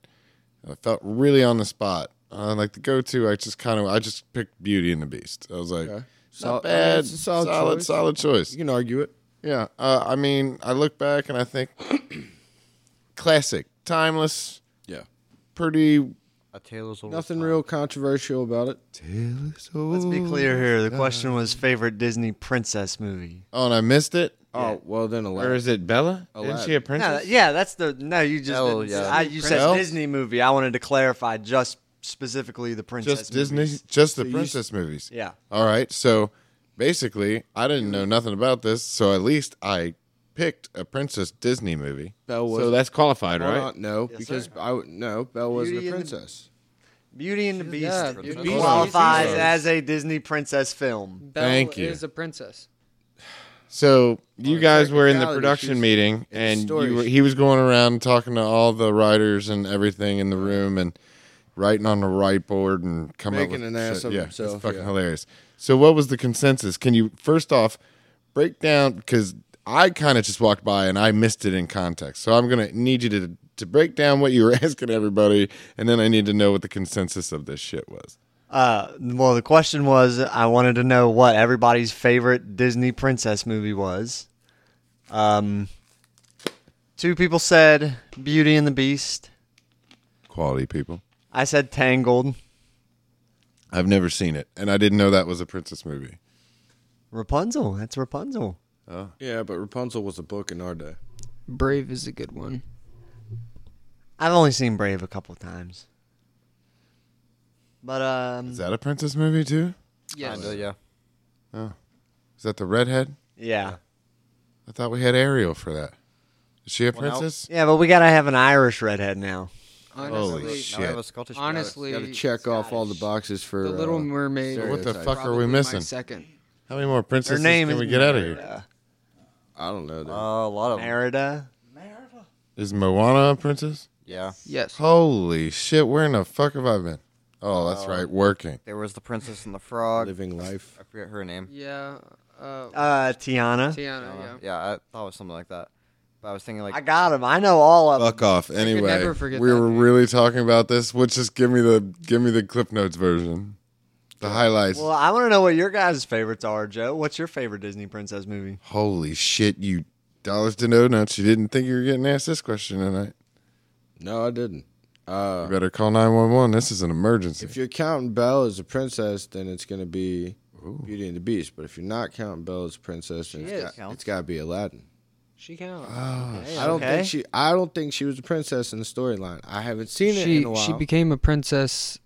I felt really on the spot. Uh, like the go-to, I just kind of, I just picked Beauty and the Beast. I was like,
Okay.
not
Sol-
bad,
it's a solid
solid,
choice.
solid choice.
You can argue it.
Yeah, uh, I mean, I look back and I think classic, timeless,
Yeah.
pretty. oh,
A tale is old. as
Nothing
time.
real controversial about it.
Let's be clear here. The question was favorite Disney princess movie.
Oh, and I missed it.
Oh well, then
Or
Aladdin.
is it Bella? Isn't she a
No,
princess?
that- yeah, that's the no. You just
Oh,
didn't-
yeah.
I, you said
Well-
Disney movie. I wanted to clarify just specifically the princess.
Just Disney,
movies.
just the
you s-
princess movies.
Yeah.
All right. So basically, I didn't know nothing about this, so at least I picked a princess Disney movie.
Belle was
So that's qualified,
Why
right?
not? No, because I would no. Belle wasn't
Beauty
a
and the-
princess.
Beauty and the Beast
yeah, Beauty
and the
qualifies
Beast.
as a Disney princess film.
Belle
Thank you.
is a princess.
So you
On
guys were in the
technicality, she
production
was-
meeting,
the
and
story
you were,
she-
he was going around talking to all the writers and everything in the room, and writing on the whiteboard and coming up
Making
with
an ass
shit.
of
yeah,
himself,
It's fucking
yeah.
hilarious. So what was the consensus? Can you first off break down because I kind of just walked by and I missed it in context. So I'm gonna need you to to break down what you were asking everybody, and then I need to know what the consensus of this shit was.
Uh, well, the question was I wanted to know what everybody's favorite Disney princess movie was. Um, two people said Beauty and the Beast.
Quality people.
I said Tangled.
I've never seen it, and I didn't know that was a princess movie.
Rapunzel. That's Rapunzel.
Yeah, but Rapunzel was a book in our day.
Brave is a good one.
I've only seen Brave a couple times. But um,
Is that a princess movie too?
Yes.
Kinda, yeah.
Is that the redhead?
yeah,
I thought we had Ariel for that. Is she a
Well, now-
princess?
yeah. But we gotta have an Irish redhead now.
Holy
Honestly,
Now I have
shit.
a Scottish guy.
honestly,
Got to check off all the boxes for
The Little
uh,
Mermaid.
So
what the
is
fuck are
probably
we
my
missing?
second.
How many more
Her
princesses
name
can
is
we get out of here?
I don't know. That.
Uh, a lot of them.
Merida.
Is Moana a princess?
Yeah.
Yes.
Holy shit, where in the fuck have I been? Oh, that's right, working.
There was the Princess and the Frog.
living life.
I forget her name.
Yeah. Uh,
Uh, Tiana.
Tiana.
Uh,
Yeah.
yeah, I thought it was something like that. But I was thinking like
I got him. I know all of them.
Fuck off. Anyway,
never forget
we
that
were
name.
really talking about this. Which just give me the give me the clip notes version, the highlights.
Well, I want to know what your guys' favorites are, Joe. What's your favorite Disney princess movie?
Holy shit, you dollars to no nuts. You didn't think you were getting asked this question tonight.
No, I didn't.
You
Uh,
better call nine one one. This is an emergency.
if you're counting Belle as a princess, then it's gonna be Beauty and the Beast. But if you're not counting Belle as a princess, then
She
it's
is.
got, it's got to be Aladdin.
She counts.
I don't
Okay.
think she. I don't think she was a princess in the storyline. I haven't seen it in a
she
while.
she became a princess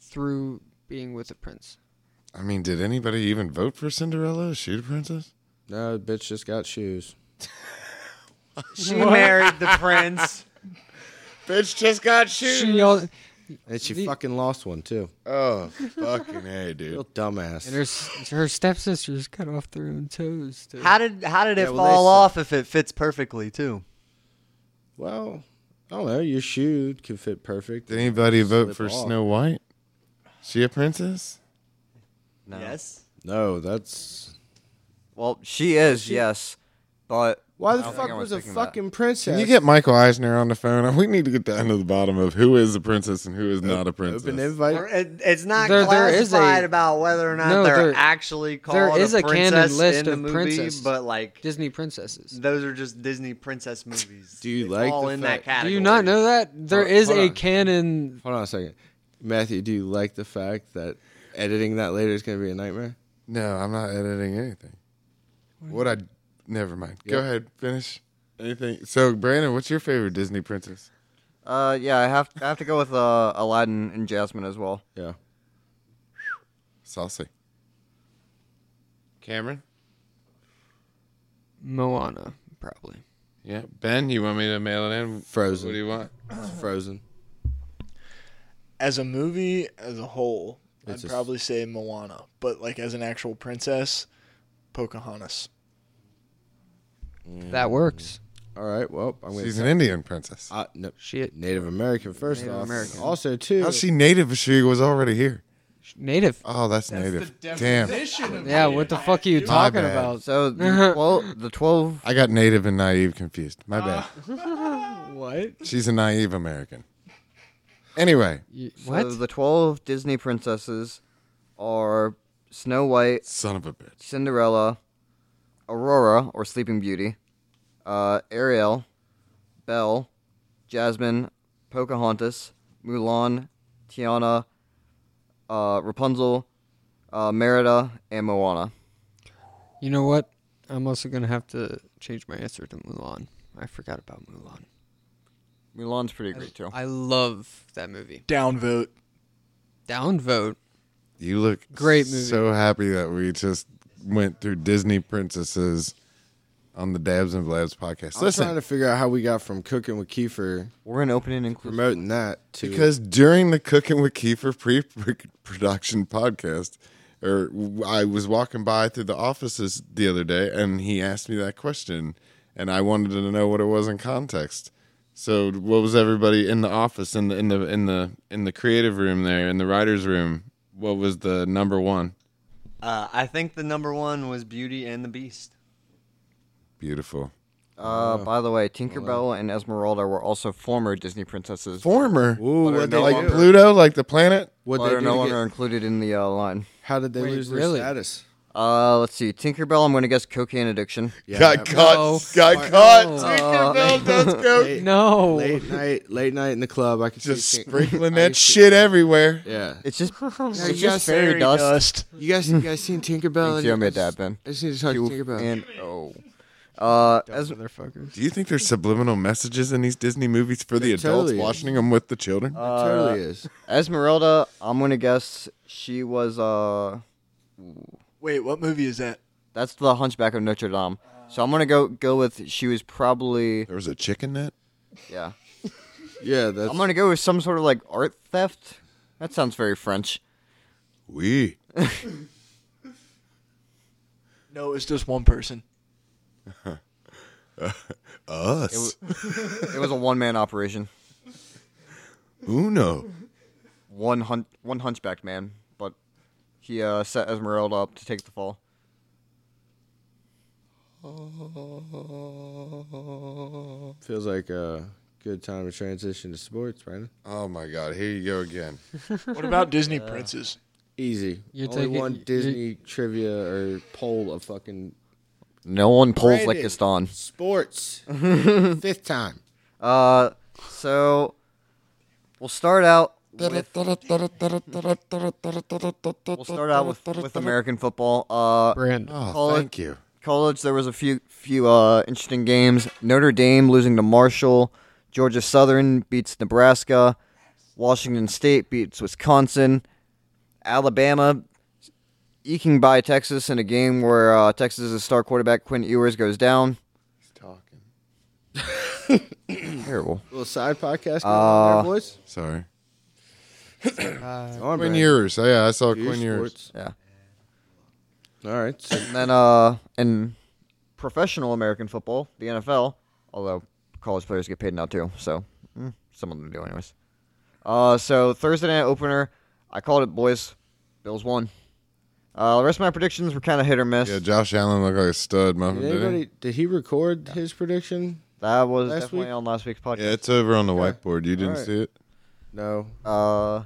through being with a prince.
I mean, did anybody even vote for Cinderella? Is she the princess?
no, the bitch just got shoes.
She married the prince.
Bitch just got shoes.
She all, and
And she
The-
fucking lost one too.
Oh, fucking hey, dude.
Real dumbass.
her s- her stepsisters cut off their own toes. Too.
How did how did it
well, they
fall
said-
off if it fits perfectly too?
Well, I don't know. Your shoe could fit perfect.
Did anybody vote
Slip
for
off.
Snow White? She a princess?
No.
Yes.
No, that's
Well, she is, yes. But
why the
don't
fuck
think I was
was a
thinking that.
fucking princess?
Can you get Michael Eisner on the phone? We need to get down to the bottom of who is a princess and who is not a princess.
open invite?
It, it's not
There- there
classified
is a-
about whether or not
No,
they're
there-
actually called
there is a canon
princess
list
in the
of
movie,
princesses.
but like
Disney princesses.
those are just Disney princess movies.
Do you
They
like
fall
the
in
fact-
that
Do
category?
you not know that there
Hold-
is
hold
a
on.
canon?
Hold on a second, Matthew. Do you like the fact that editing that later is going to be a nightmare?
No, I'm not editing anything. What I never mind. Go
Yep.
ahead, finish. Anything. So, Brandon, what's your favorite Disney princess?
uh, yeah, I have I have to go with uh, Aladdin and Jasmine as well.
Yeah.
Saucy. Cameron?
Moana, probably.
Yeah. Ben, you want me to mail it in?
Frozen.
What do you want?
Frozen.
As a movie as a whole,
It's a s-
I'd probably say Moana, but like as an actual princess, Pocahontas.
That works.
All right. Well, I'm going
She's
to.
an Indian princess.
Uh, no,
Shit,
Native American first
Native
off.
American.
Also too.
How's she native if she was already here?
native.
Oh, that's, native. Damn.
Yeah, what the fuck are you talking
bad.
about?
So the twelve, the twelve.
I got native and naive confused. My bad.
What?
She's a naive American. Anyway,
You-
so
What?
the twelve Disney princesses are Snow White,
son of a bitch.
Cinderella, Aurora or Sleeping Beauty, uh, Ariel, Belle, Jasmine, Pocahontas, Mulan, Tiana, uh, Rapunzel, uh, Merida, and Moana.
You know what? I'm also gonna have to change my answer to Mulan. I forgot about Mulan.
Mulan's pretty great too.
I love that movie.
Downvote.
Downvote.
You look
Great movie.
So happy that we just went through Disney princesses on the Dabs and Vlads podcast.
I'm
Listen,
trying to figure out how we got from cooking with Kiefer
We're an open and inclusive.
promoting that to
because during the Cooking with Kiefer pre-production podcast, or I was walking by through the offices the other day, and he asked me that question, and I wanted to know what it was in context. So, what was everybody in the office in the in the in the in the creative room there in the writers' room? What was the number one?
Uh, I think the number one was Beauty and the Beast.
Beautiful.
Uh, by the way, Tinkerbell and Esmeralda were also former Disney princesses.
Former.
Ooh,
Butter
what
no
they
like
longer-
do?
Pluto, like the planet.
What
but
they
are
do
no
to
longer
get-
included in the uh, line.
How did they
Wait,
lose
really?
their status?
Uh, let's see. Tinkerbell, I'm going to guess cocaine addiction.
Yeah,
got
that-
caught.
No.
Got
Smart.
caught.
No.
Tinkerbell does go.
Late,
No.
late night, late night in the club. I could
Just
see Tink-
sprinkling
I
that
could see-
shit everywhere.
Yeah,
It's just,
Yeah,
it's
you
just
guys
fairy dust.
you guys, you guys seen Tinkerbell?
Thank you, I made that, Ben.
I just need to talk to Tinkerbell.
And oh, uh, as
Motherfuckers.
Do you think there's subliminal messages in these Disney movies for the
There
adults
totally Uh, is.
watching them with the children?
it totally is.
Esmeralda, I'm gonna guess she was uh,
Wait, what movie is that?
that's the Hunchback of Notre Dame. So I'm gonna go go with she was probably
there was a chicken net.
yeah.
Yeah, that's.
I'm gonna go with some sort of like art theft. That sounds very French.
We.
No, it's just one person.
Us.
It was a one man operation.
Uno.
One hun- one hunchback man, but he uh, set Esmeralda up to take the fall.
feels like a good time to transition to sports, right?
Oh my God. Here you go again.
What about Disney princes?
Easy.
You're
Only
taking-
one
you're-
Disney trivia or poll of fucking
No one pulls like
Brandon.
this on.
sports. Fifth time.
Uh, so we'll start out with we'll start out with, with American football. Uh,
Brand.
Oh,
Colin-
thank you.
college there was a few few uh, interesting games. Notre Dame losing to Marshall, Georgia Southern beats Nebraska, Washington State beats Wisconsin, Alabama eking by Texas in a game where uh, Texas' star quarterback Quinn Ewers goes down.
Talking.
Terrible.
little side podcast going on
Uh,
there, boys.
Sorry.
Go on,
Quinn
Brandon.
Ewers. Oh, yeah, I saw
Do your
Quinn Ewers.
sports.
Yeah.
All right. So
And then uh, in professional American football, the NFL, although college players get paid now too, so Mm, some of them do, anyways. Uh, so Thursday night opener, I called it, boys. Bills won. Uh, the rest of my predictions were kind of hit or miss.
Yeah, Josh Allen looked like a stud, muffin.
Did
Did
anybody? Did he record his prediction?
that was
Last
definitely
week-
on last week's podcast.
Yeah, it's over on the whiteboard. You
All
didn't
right.
see it.
No.
Uh,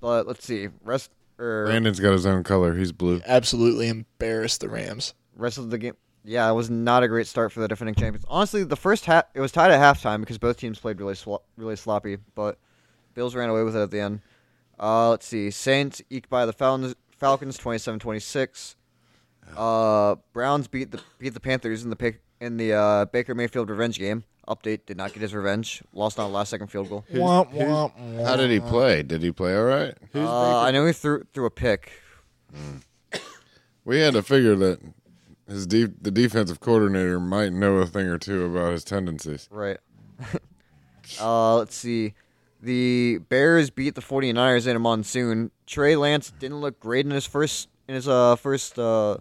but let's see. Rest er, or
Brandon's got his own color. He's blue.
Absolutely embarrassed the Rams.
rest of the game. Yeah, it was not a great start for the defending champions. Honestly, the first half it was tied at halftime because both teams played really slo- really sloppy, but Bills ran away with it at the end. Uh, let's see. Saints eked by the Falcons Falcons 27-26. Uh, Browns beat the beat the Panthers in the pick, in the uh, Baker Mayfield revenge game. Update did not get his revenge. Lost on a last second field goal.
Womp, womp, womp.
How did he play? Did he play all right?
Uh, I know he threw threw a pick.
We had to figure that his de- the defensive coordinator might know a thing or two about his tendencies.
Right. uh, let's see. The Bears beat the 49ers in a monsoon. Trey Lance didn't look great in his first in his uh first uh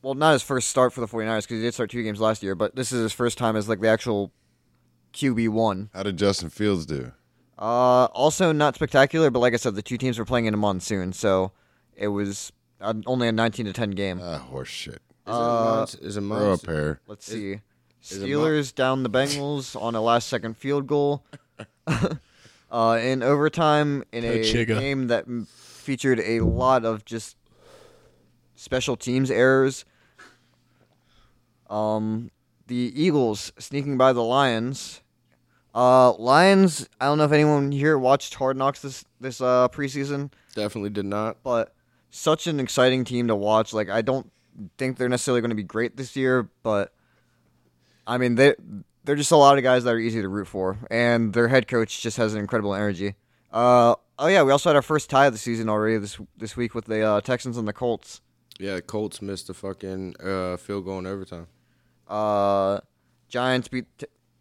well, not his first start for the 49ers because he did start two games last year, but this is his first time as like the actual QB1.
How did Justin Fields do?
Uh also not spectacular, but like I said the two teams were playing in a monsoon, so it was uh, only a 19 to 10 game.
Ah, horse shit.
Is it
Uh,
Mons- is it
Throw a
Mons-
pair.
Let's see.
it mo-
Steelers down the Bengals on a last second field goal. uh, in overtime, in a
Coachella.
game that m- featured a lot of just special teams errors. Um, the Eagles sneaking by the Lions. Uh, Lions. I don't know if anyone here watched Hard Knocks this this uh, preseason
Definitely did not.
but such an exciting team to watch. Like I don't think they're necessarily going to be great this year, but I mean they they're just a lot of guys that are easy to root for, and their head coach just has an incredible energy. Uh oh yeah, we also had our first tie of the season already this this week with the uh, Texans and the Colts.
Yeah, Colts missed the fucking uh, field goal in overtime.
Uh, Giants beat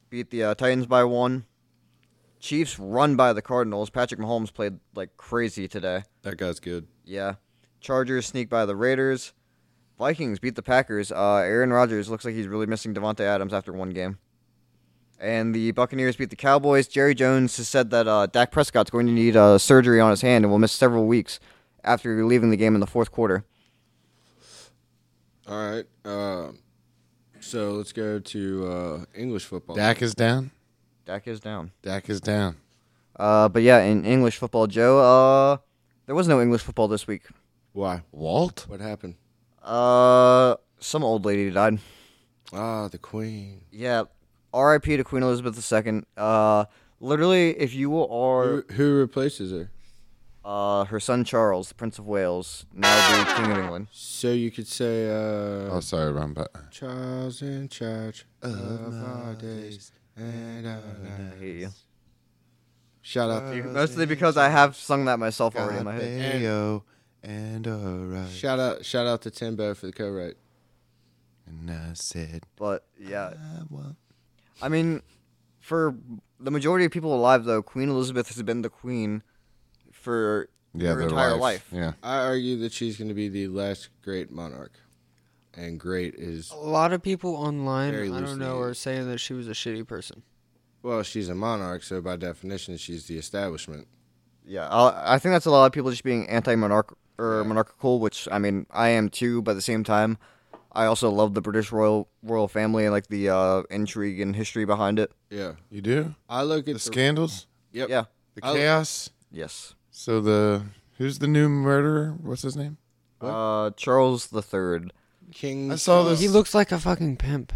beat the uh, Titans by one. Chiefs run by the Cardinals. Patrick Mahomes played like crazy today.
That guy's good.
Yeah. Chargers sneak by the Raiders. Vikings beat the Packers. Uh, Aaron Rodgers looks like he's really missing Devonte Adams after one game. And the Buccaneers beat the Cowboys. Jerry Jones has said that uh, Dak Prescott's going to need uh, surgery on his hand and will miss several weeks after leaving the game in the fourth quarter.
All right. Um so let's go to uh, English football.
Dak is down.
Dak is down.
Dak is down.
Uh, but yeah, in English football, Joe, uh, there was no English football this week.
Why?
Walt?
What happened?
Uh, some old lady died.
Ah, the Queen.
Yeah, R.I.P. to Queen Elizabeth II. Uh, literally, if you are
Who, who replaces her?
Uh, her son Charles, the Prince of Wales, now the King of England.
So you could say uh,
Oh, sorry, wrong button.
Charles in charge of our days and our nights. Shout out,
Mostly because I have sung that myself already in my head.
Ayo and alright.
shout out, shout out to Timbo for the co-write.
And I said,
But yeah,
I want.
I mean, for the majority of people alive, though, Queen Elizabeth has been the queen for
Yeah,
her
their
entire
life. Yeah.
I argue that she's going to be the last great monarch, and great is
A lot of people online,
Very
I don't know,
loosely.
are saying that she was a shitty person.
well, she's a monarch, so by definition, she's the establishment.
Yeah, uh, I, I think that's a lot of people just being anti-monarch or monarchical, which I mean, I am too. But at the same time, I also love the British royal royal family and like the uh, intrigue and history behind it.
Yeah,
You do?
I look at
The Oh. scandals?
Yep.
Yeah.
The
I-
chaos?
Yes.
So the. Who's the new murderer? What's his name?
Uh, Charles the Third.
King.
I saw this.
He looks like a fucking pimp.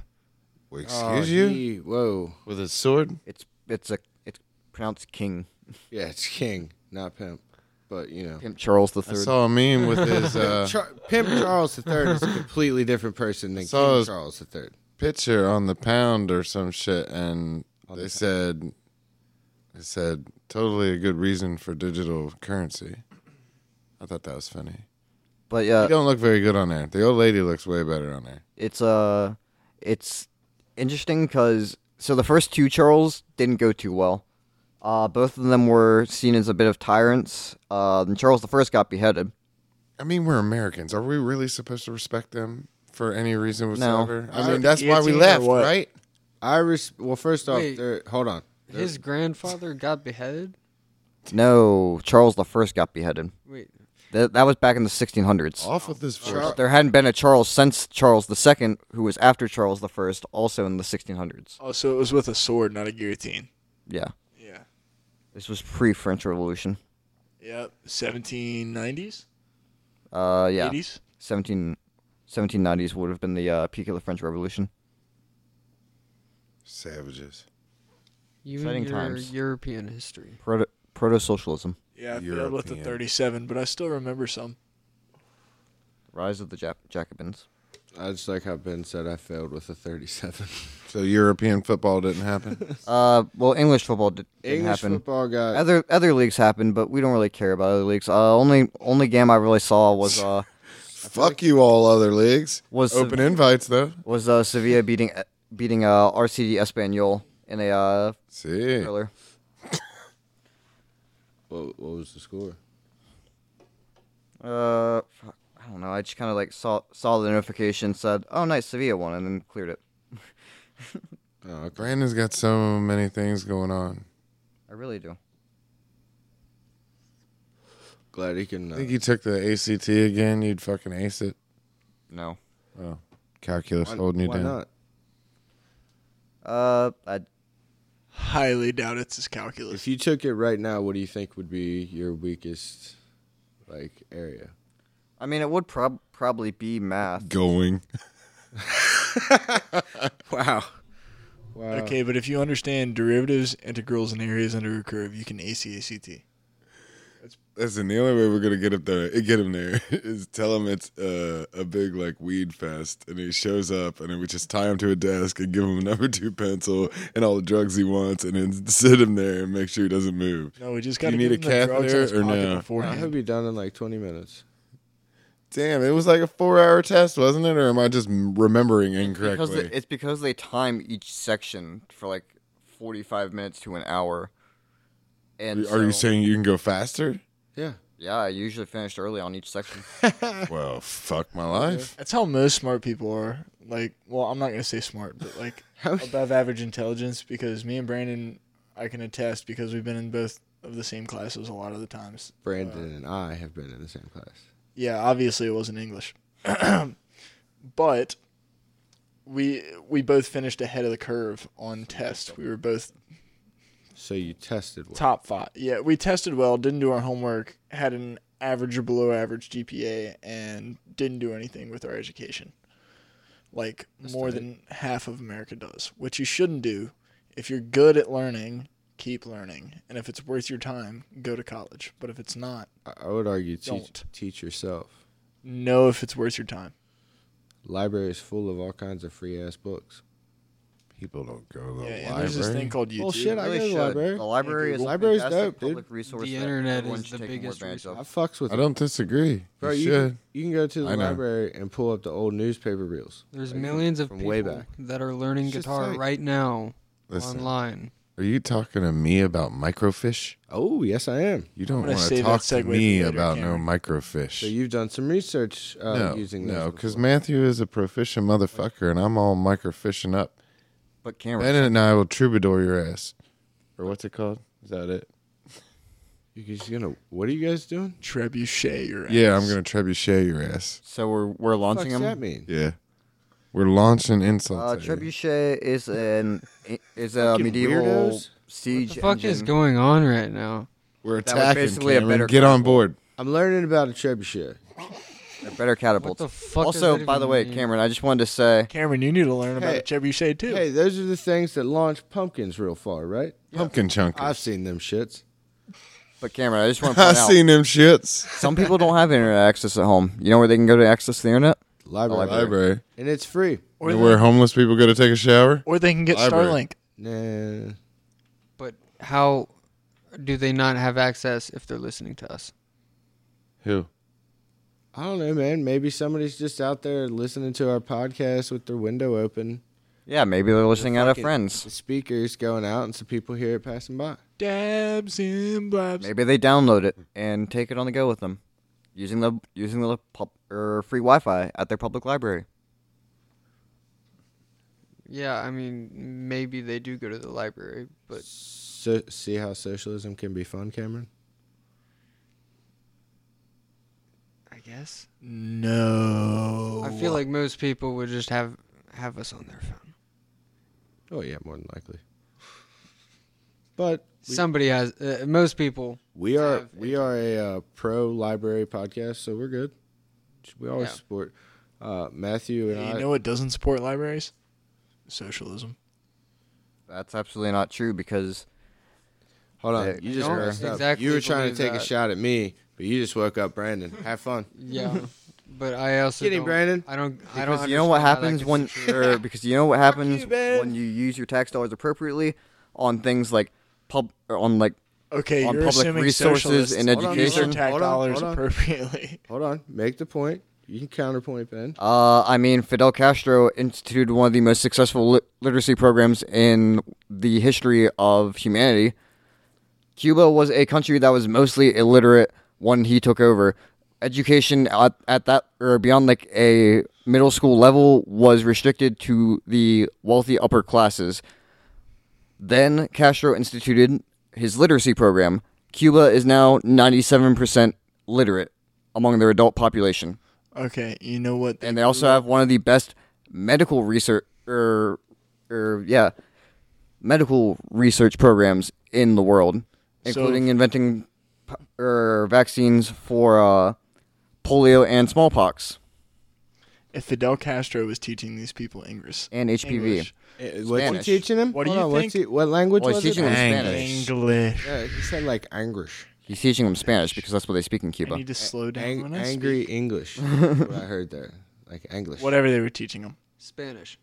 Well, excuse
Oh,
you?
he- whoa.
With his sword?
It's it's a it's pronounced King.
Yeah, it's King, not pimp. But you know,
Pimp Charles the
I
Third.
saw a meme with his uh,
Char- Pimp Charles III is a completely different person than
saw
King
his-
Charles III.
picture on the pound or some shit, and they said, "It said totally a good reason for digital currency." I thought that was funny.
But
He
yeah,
don't look very good on there. The old lady looks way better on there.
it's uh, it's interesting because so the first two Charles didn't go too well. Uh, both of them were seen as a bit of tyrants. Uh, and Charles the First got beheaded.
I mean, we're Americans. Are we really supposed to respect them for any reason whatsoever? I
Is it
mean,
the
that's why we
guillotine or
left,
what?
right?
I res- well, first off,
Wait.
there. Hold on. There-
His grandfather got beheaded.
No, Charles the First got beheaded.
Wait,
That, that was back in the 1600s.
Off with this voice.
There hadn't been a Charles since Charles the Second, who was after Charles the First, also in the 1600s.
Oh, so it was with a sword, not a guillotine.
Yeah,
Yeah.
this was pre-French Revolution.
Yep. 1790s?
Uh, yeah,
80s?
17, 1790s would have been the uh, peak of the French Revolution.
Savages.
you
Exciting
and your
times.
European history.
Proto proto-socialism,
Yeah, I failed with the
European.
37, but I still remember some.
rise of the Jap- Jacobins.
I just like how Ben said I failed with a 37.
So European football didn't happen.
Uh, well, English football did, didn't
English
happen.
football got
Other other leagues happened, but we don't really care about other leagues. Uh, only only game I really saw was uh
Fuck you, all other leagues.
Was
open invites though.
was uh Sevilla beating beating uh RCD Espanyol in a uh
See,
thriller.
what, what was the score?
Uh, fuck, I don't know. I just kind of like saw saw the notification said, "Oh, nice Sevilla won," and then cleared it.
Oh, okay.
Brandon's got so many things going on.
I really do.
Glad he can.
I
Uh,
think you took the ACT again. You'd fucking ace it.
No.
Calculus
why,
holding you
why
down.
not?
Uh, I
Highly doubt it's his calculus.
If you took it right now, what do you think would be your weakest, like area?
I mean it would prob probably be math.
Going.
Wow. Wow.
uh,
okay, but if you understand derivatives, integrals, and areas under a curve, you can ACACT.
That's the only way we're gonna get up there. Get him there is tell him it's uh, a big like weed fest, and he shows up, and then we just tie him to a desk and give him a number two pencil and all the drugs he wants, and then sit him there and make sure he doesn't move.
No, we just got to
you need
give
a
him the drugs in his
catheter or
pocket
no?
I
beforehand.
hope you're done in like 20 minutes.
Damn, it was like a four-hour test, wasn't it? Or am I just m- remembering
Because
incorrectly?
they, it's because they time each section for like forty five minutes to an hour. And
Are you
so-
saying you can go faster?
Yeah.
Yeah, I usually finished early on each section.
well, fuck my life.
That's how most smart people are. Like, well, I'm not gonna say smart, but like above average intelligence. Because me and Brandon, I can attest because we've been in both of the same classes a lot of the times.
Brandon and I have been in the same class.
Yeah, obviously it wasn't English, but we we both finished ahead of the curve on test. We were both
So you tested one.
top five. Yeah, we tested well, didn't do our homework, had an average or below average GPA, and didn't do anything with our education. Like more than half of America does, which you shouldn't do. If you're good at learning, keep learning, and if it's worth your time, go to college. But if it's not,
I- I would argue teach,
Don't.
teach yourself.
know if it's worth your time.
Library is full of all kinds of free ass books.
People don't go to the
Yeah, and
library.
there's this thing called YouTube.
Bullshit, I
Really
go to the
should.
library.
The library is a
Library's
fantastic
dope, dude.
public resource.
The
that
internet
everyone
is
should
the
take more
biggest
advantage of.
I fucks with
I
it.
don't disagree.
Bro,
you
you,
should.
can, you can go to the
I know.
library and pull up the old newspaper reels.
There's
Like,
millions of
from way
people
back.
that are learning
It's just
guitar
tight.
right now
Listen,
online.
are you talking to me about microfish?
Oh, yes, I am.
You don't
gonna
want to
save that
talk to
segue for
me
later,
about
Cameron.
no microfish.
So you've done some research uh,
no,
using those.
no, because
before.
Matthew is a proficient motherfucker, and I'm all microfishing up.
But cameras.
Bennett and I will troubadour your ass, or what's it called? Is that it?
You're just gonna. What are you guys doing?
Trebuchet your ass.
Yeah, I'm gonna trebuchet your ass.
So we're we're
What
launching
does that
them.
mean?
Yeah, we're launching
Uh,
insults. at you.
trebuchet is an is a medieval
weirdos.
siege
The fuck is
engine.
going on right now?
we're
that was
attacking.
basically a
Cameron.
better
Get on board.
I'm learning about a trebuchet.
They're better catapults.
What the fuck does
also,
that
by the
even
way,
mean?
Cameron, I just wanted to say
Cameron, you need to learn about
Hey.
a trebuchet too.
Hey, those are the things that launch pumpkins real far, right?
Pumpkin chunker.
I've seen them shits.
but Cameron, I just want to
I've
point out
seen them shits.
some people don't have internet access at home. You know where they can go to access the internet?
Library.
Library.
And it's free.
Or
You
they-
know where homeless people go to take a shower?
Or they can get
Library.
Starlink.
Nah.
But how do they not have access if they're listening to us?
Who?
I don't know, man. Maybe somebody's just out there listening to our podcast with their window open.
Yeah, maybe they're listening out of
Fucking-
friends.
The speakers going out, and some people hear it passing by.
Dabs and blabs.
Maybe they download it and take it on the go with them, using the using the er, pub, or free Wi-Fi at their public library.
Yeah, I mean, maybe they do go to the library, but
So, see how socialism can be fun, Cameron?
I guess
No.
I feel like most people would just have have us on their phone.
Oh yeah, more than likely. But we,
Somebody has. Uh, most people.
we are
have
we are a uh, pro library podcast, so we're good. We always
Yeah.
support uh, Matthew and I.
you know what doesn't support libraries? Socialism.
That's absolutely not true because
Hold on,
Yeah,
you just
don't
messed up.
exactly
you were trying to
believe
take a
that.
shot at me, but you just woke up, Brandon. Have fun.
Yeah, but I also
Get him,
don't-
Brandon.
I don't. I
because
don't.
you know what
understand how that
happens
could
when
sit-
er, because you know what happens when you use your tax dollars appropriately on things like pub or on like
Okay,
On
you're
public
assuming
resources
socialists
and
use their
education.
tax
Hold on,
dollars
hold on.
appropriately.
Hold on, make the point. You can counterpoint, Ben.
uh, I mean Fidel Castro instituted one of the most successful lit- literacy programs in the history of humanity. Cuba was a country that was mostly illiterate when he took over. Education at, at that or beyond like a middle school level was restricted to the wealthy upper classes. Then Castro instituted his literacy program. Cuba is now 97% literate among their adult population.
Okay, you know what?
And they also have one of the best medical research or or yeah, medical research programs in the world, including inventing p- er, vaccines for uh, polio and smallpox
if Fidel Castro was teaching these people English,
and HPV.
English,
Eh, What's he
Spanish.
teaching him?
What do
Hold
you
on, what's
think-
he- what language
Well, he's
was
teaching them
it?
Spanish.
English.
Yeah, he said like English.
He's teaching them Spanish because that's what they speak in
I
Cuba.
need to slow down.
Ang-
when I speak.
angry English. That's what I heard there. Like English.
Whatever they were teaching them.
Spanish.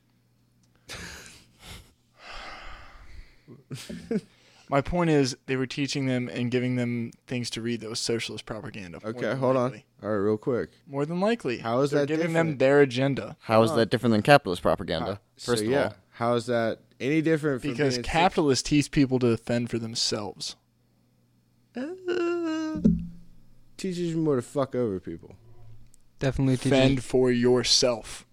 My point is, they were teaching them and giving them things to read that was socialist propaganda. more
Okay,
than
hold on.
likely.
All right, real quick.
More than likely,
How is
They're
that
giving them
different?
their agenda?
How is that different than capitalist propaganda?
So,
First of
yeah,
all,
how is that any different from
Because
being six-
capitalists teach people to fend for themselves.
Uh, teaches you more to fuck over people.
Definitely teaching.
Fend for yourself.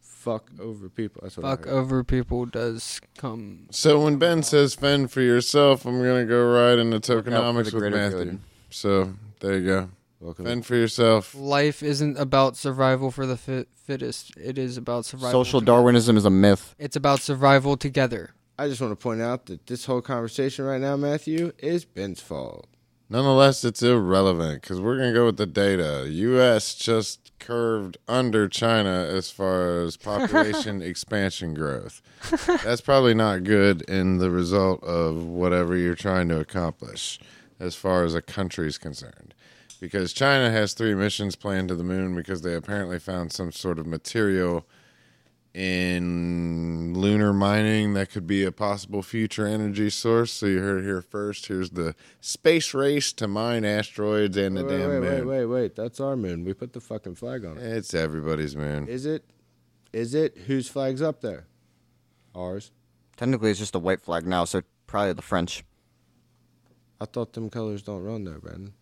Fuck over people. That's what
Fuck
I heard.
over people does come.
So when Ben says fend for yourself, I'm gonna go right into
out for
tokenomics
the
with
greater
Matthew.
good.
So there you go.
Welcome.
Fend for yourself.
Life isn't about survival for the fit, fittest. It is about survival.
social
toge-
Darwinism is a myth.
It's about survival together.
I just want to point out that this whole conversation right now, Matthew, is Ben's fault.
Nonetheless, it's irrelevant because we're gonna go with the data. U.S. just curved under China as far as population expansion growth. That's probably not good in the result of whatever you're trying to accomplish, as far as a country's concerned. Because China has three missions planned to the moon because they apparently found some sort of material in lunar mining that could be a possible future energy source. So you heard it here first. Here's the space race to mine asteroids and the
Wait, wait,
damn
wait,
moon.
wait, wait, wait. That's our moon. We put the fucking flag on it.
It's everybody's moon.
Is it? Is it? Whose flag's up there? Ours.
Technically, it's just a white flag now, so probably the French.
I thought them colors don't run there, Brandon.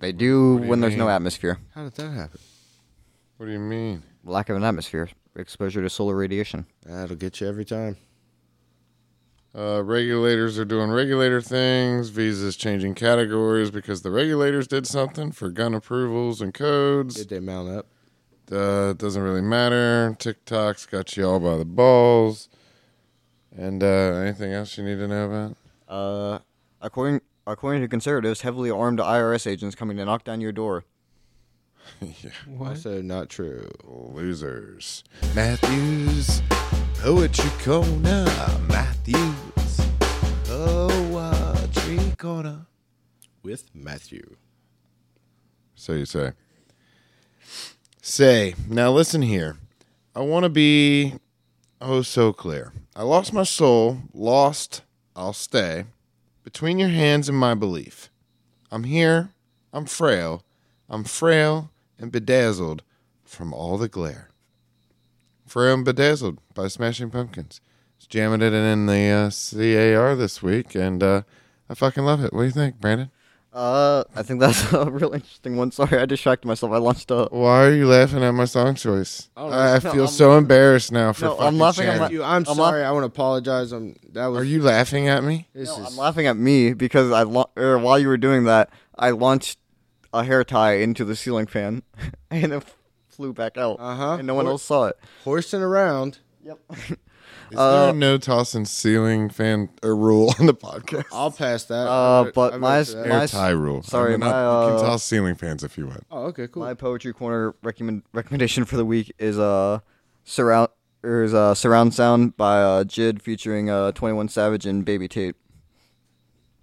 They do
do you
when there's no
mean?
atmosphere.
How did that happen?
What do you mean?
Lack of an atmosphere, exposure to solar radiation.
That'll get you every time.
Uh, regulators are doing regulator things. Visa's changing categories because the regulators did something for gun approvals and codes.
Did they mount up?
Uh, it doesn't really matter. TikTok's got you all by the balls. And uh, anything else you need to know about?
Uh, according according to conservatives, heavily armed IRS agents coming to knock down your door.
yeah.
What?
Also not true.
losers. Matthews Poetry Corner. Matthews Poetry Corner.
With Matthew.
So you say. Say, now listen here. I want to be oh so clear. I lost my soul, lost, I'll stay. Between your hands and my belief. I'm here, I'm frail, I'm frail and bedazzled from all the glare. Frail and bedazzled by Smashing Pumpkins. It's jamming it in the uh, CAR this week, and uh, I fucking love it. What do you think, Brandon?
Uh, I think that's a real interesting one. Sorry, I distracted myself. I launched a.
Why are you laughing at my song choice?
I don't know.
I, I
No,
feel
I'm-
so embarrassed now for
No, I'm
fucking
laughing at
sharing.
my-
You, I'm,
I'm
sorry. I want to apologize. I'm that was.
Are you laughing at me?
This
No,
is,
I'm laughing at me because I la- or while you were doing that, I launched a hair tie into the ceiling fan, and it flew back out,
Uh-huh.
and no one
Or-
else saw it.
horsing around.
Is there a no tossing ceiling fan or rule on the podcast?
I'll pass that.
Uh,
I'm re-
but
I'm
my-
ready for that.
my-
Air tie rule.
sorry,
I mean, not-
my,
you
uh,
can toss ceiling fans if you want.
oh, okay, cool.
My poetry corner recommend recommendation for the week is uh surround or is uh surround sound by uh Jid featuring uh Twenty One Savage and Baby Tate.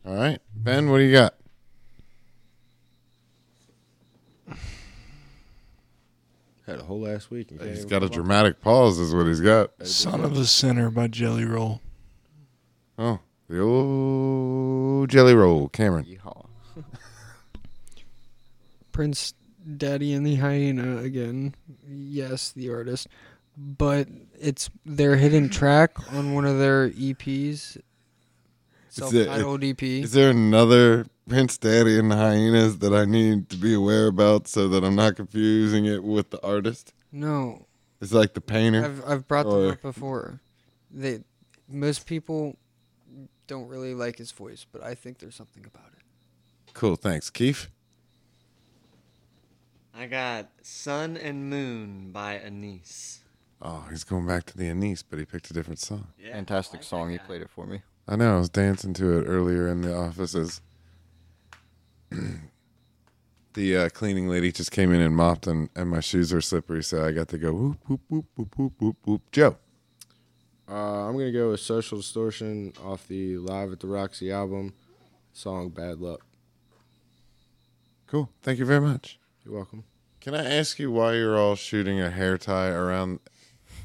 All right, Ben, what do you got?
Had a whole last week. and can't
He's
even
got a
come up.
dramatic pause, is what he's got.
Son of the Sinner by Jelly Roll.
Oh, the old jelly roll, Cameron.
Yeehaw.
Prince Daddy and the Hyena again. Yes, the artist. But it's their hidden track on one of their E
It's
EPs. Self
the-
titled EP.
Is there another Prince Daddy and the Hyenas that I need to be aware about so that I'm not confusing it with the artist?
no.
It's like the painter.
I've I've brought
Or-
them up before. They most people don't really like his voice, but I think there's something about it.
cool, thanks, Keith.
I got Sun and Moon by Anise.
Oh, he's going back to the Anise, but he picked a different song.
Fantastic song. You played it for me.
I know. I was dancing to it earlier in the offices. the uh, cleaning lady just came in and mopped, and, and my shoes are slippery, so I got to go whoop whoop whoop whoop whoop whoop whoop. Joe,
Uh, I'm gonna go with Social Distortion off the Live at the Roxy album, song "Bad Luck."
cool. Thank you very much.
You're welcome.
Can I ask you why you're all shooting a hair tie around?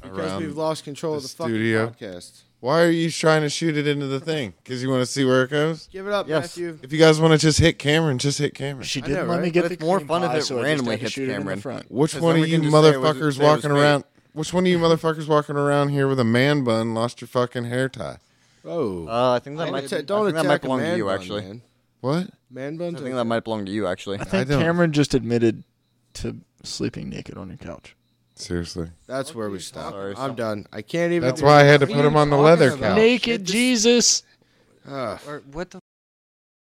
Because
around
we've lost control of
the
the fucking
studio.
podcast.
Why are you trying to shoot it into the thing? Because you want to see where it goes.
Give it up,
Yes.
Matthew.
If you guys want to just hit Cameron, just hit Cameron.
She
I
didn't
know,
let me
right?
get
But
the
it's more
cream
fun if
pie,
it
so I just
randomly
had to
hits
shoot it in the
Cameron.
front.
Which
'Cause
one
then
of
we
you
can just say it was-
motherfuckers
say it was
walking
me.
around? Which one of you motherfuckers walking around here with a man bun lost your fucking hair tie?
Oh,
Uh, I think that
don't
might
atta-
I
don't
think
attack
that might
a
belong to
man
you
bun,
actually.
Man,
What?
man buns.
I think that might belong to you actually.
I think
don't-
Cameron just admitted to sleeping naked on your couch.
Seriously.
That's where we stop.
Sorry,
I'm done. I can't even.
That's why I had to put him on the leather
about?
couch.
Jesus.
Ugh.
Or what the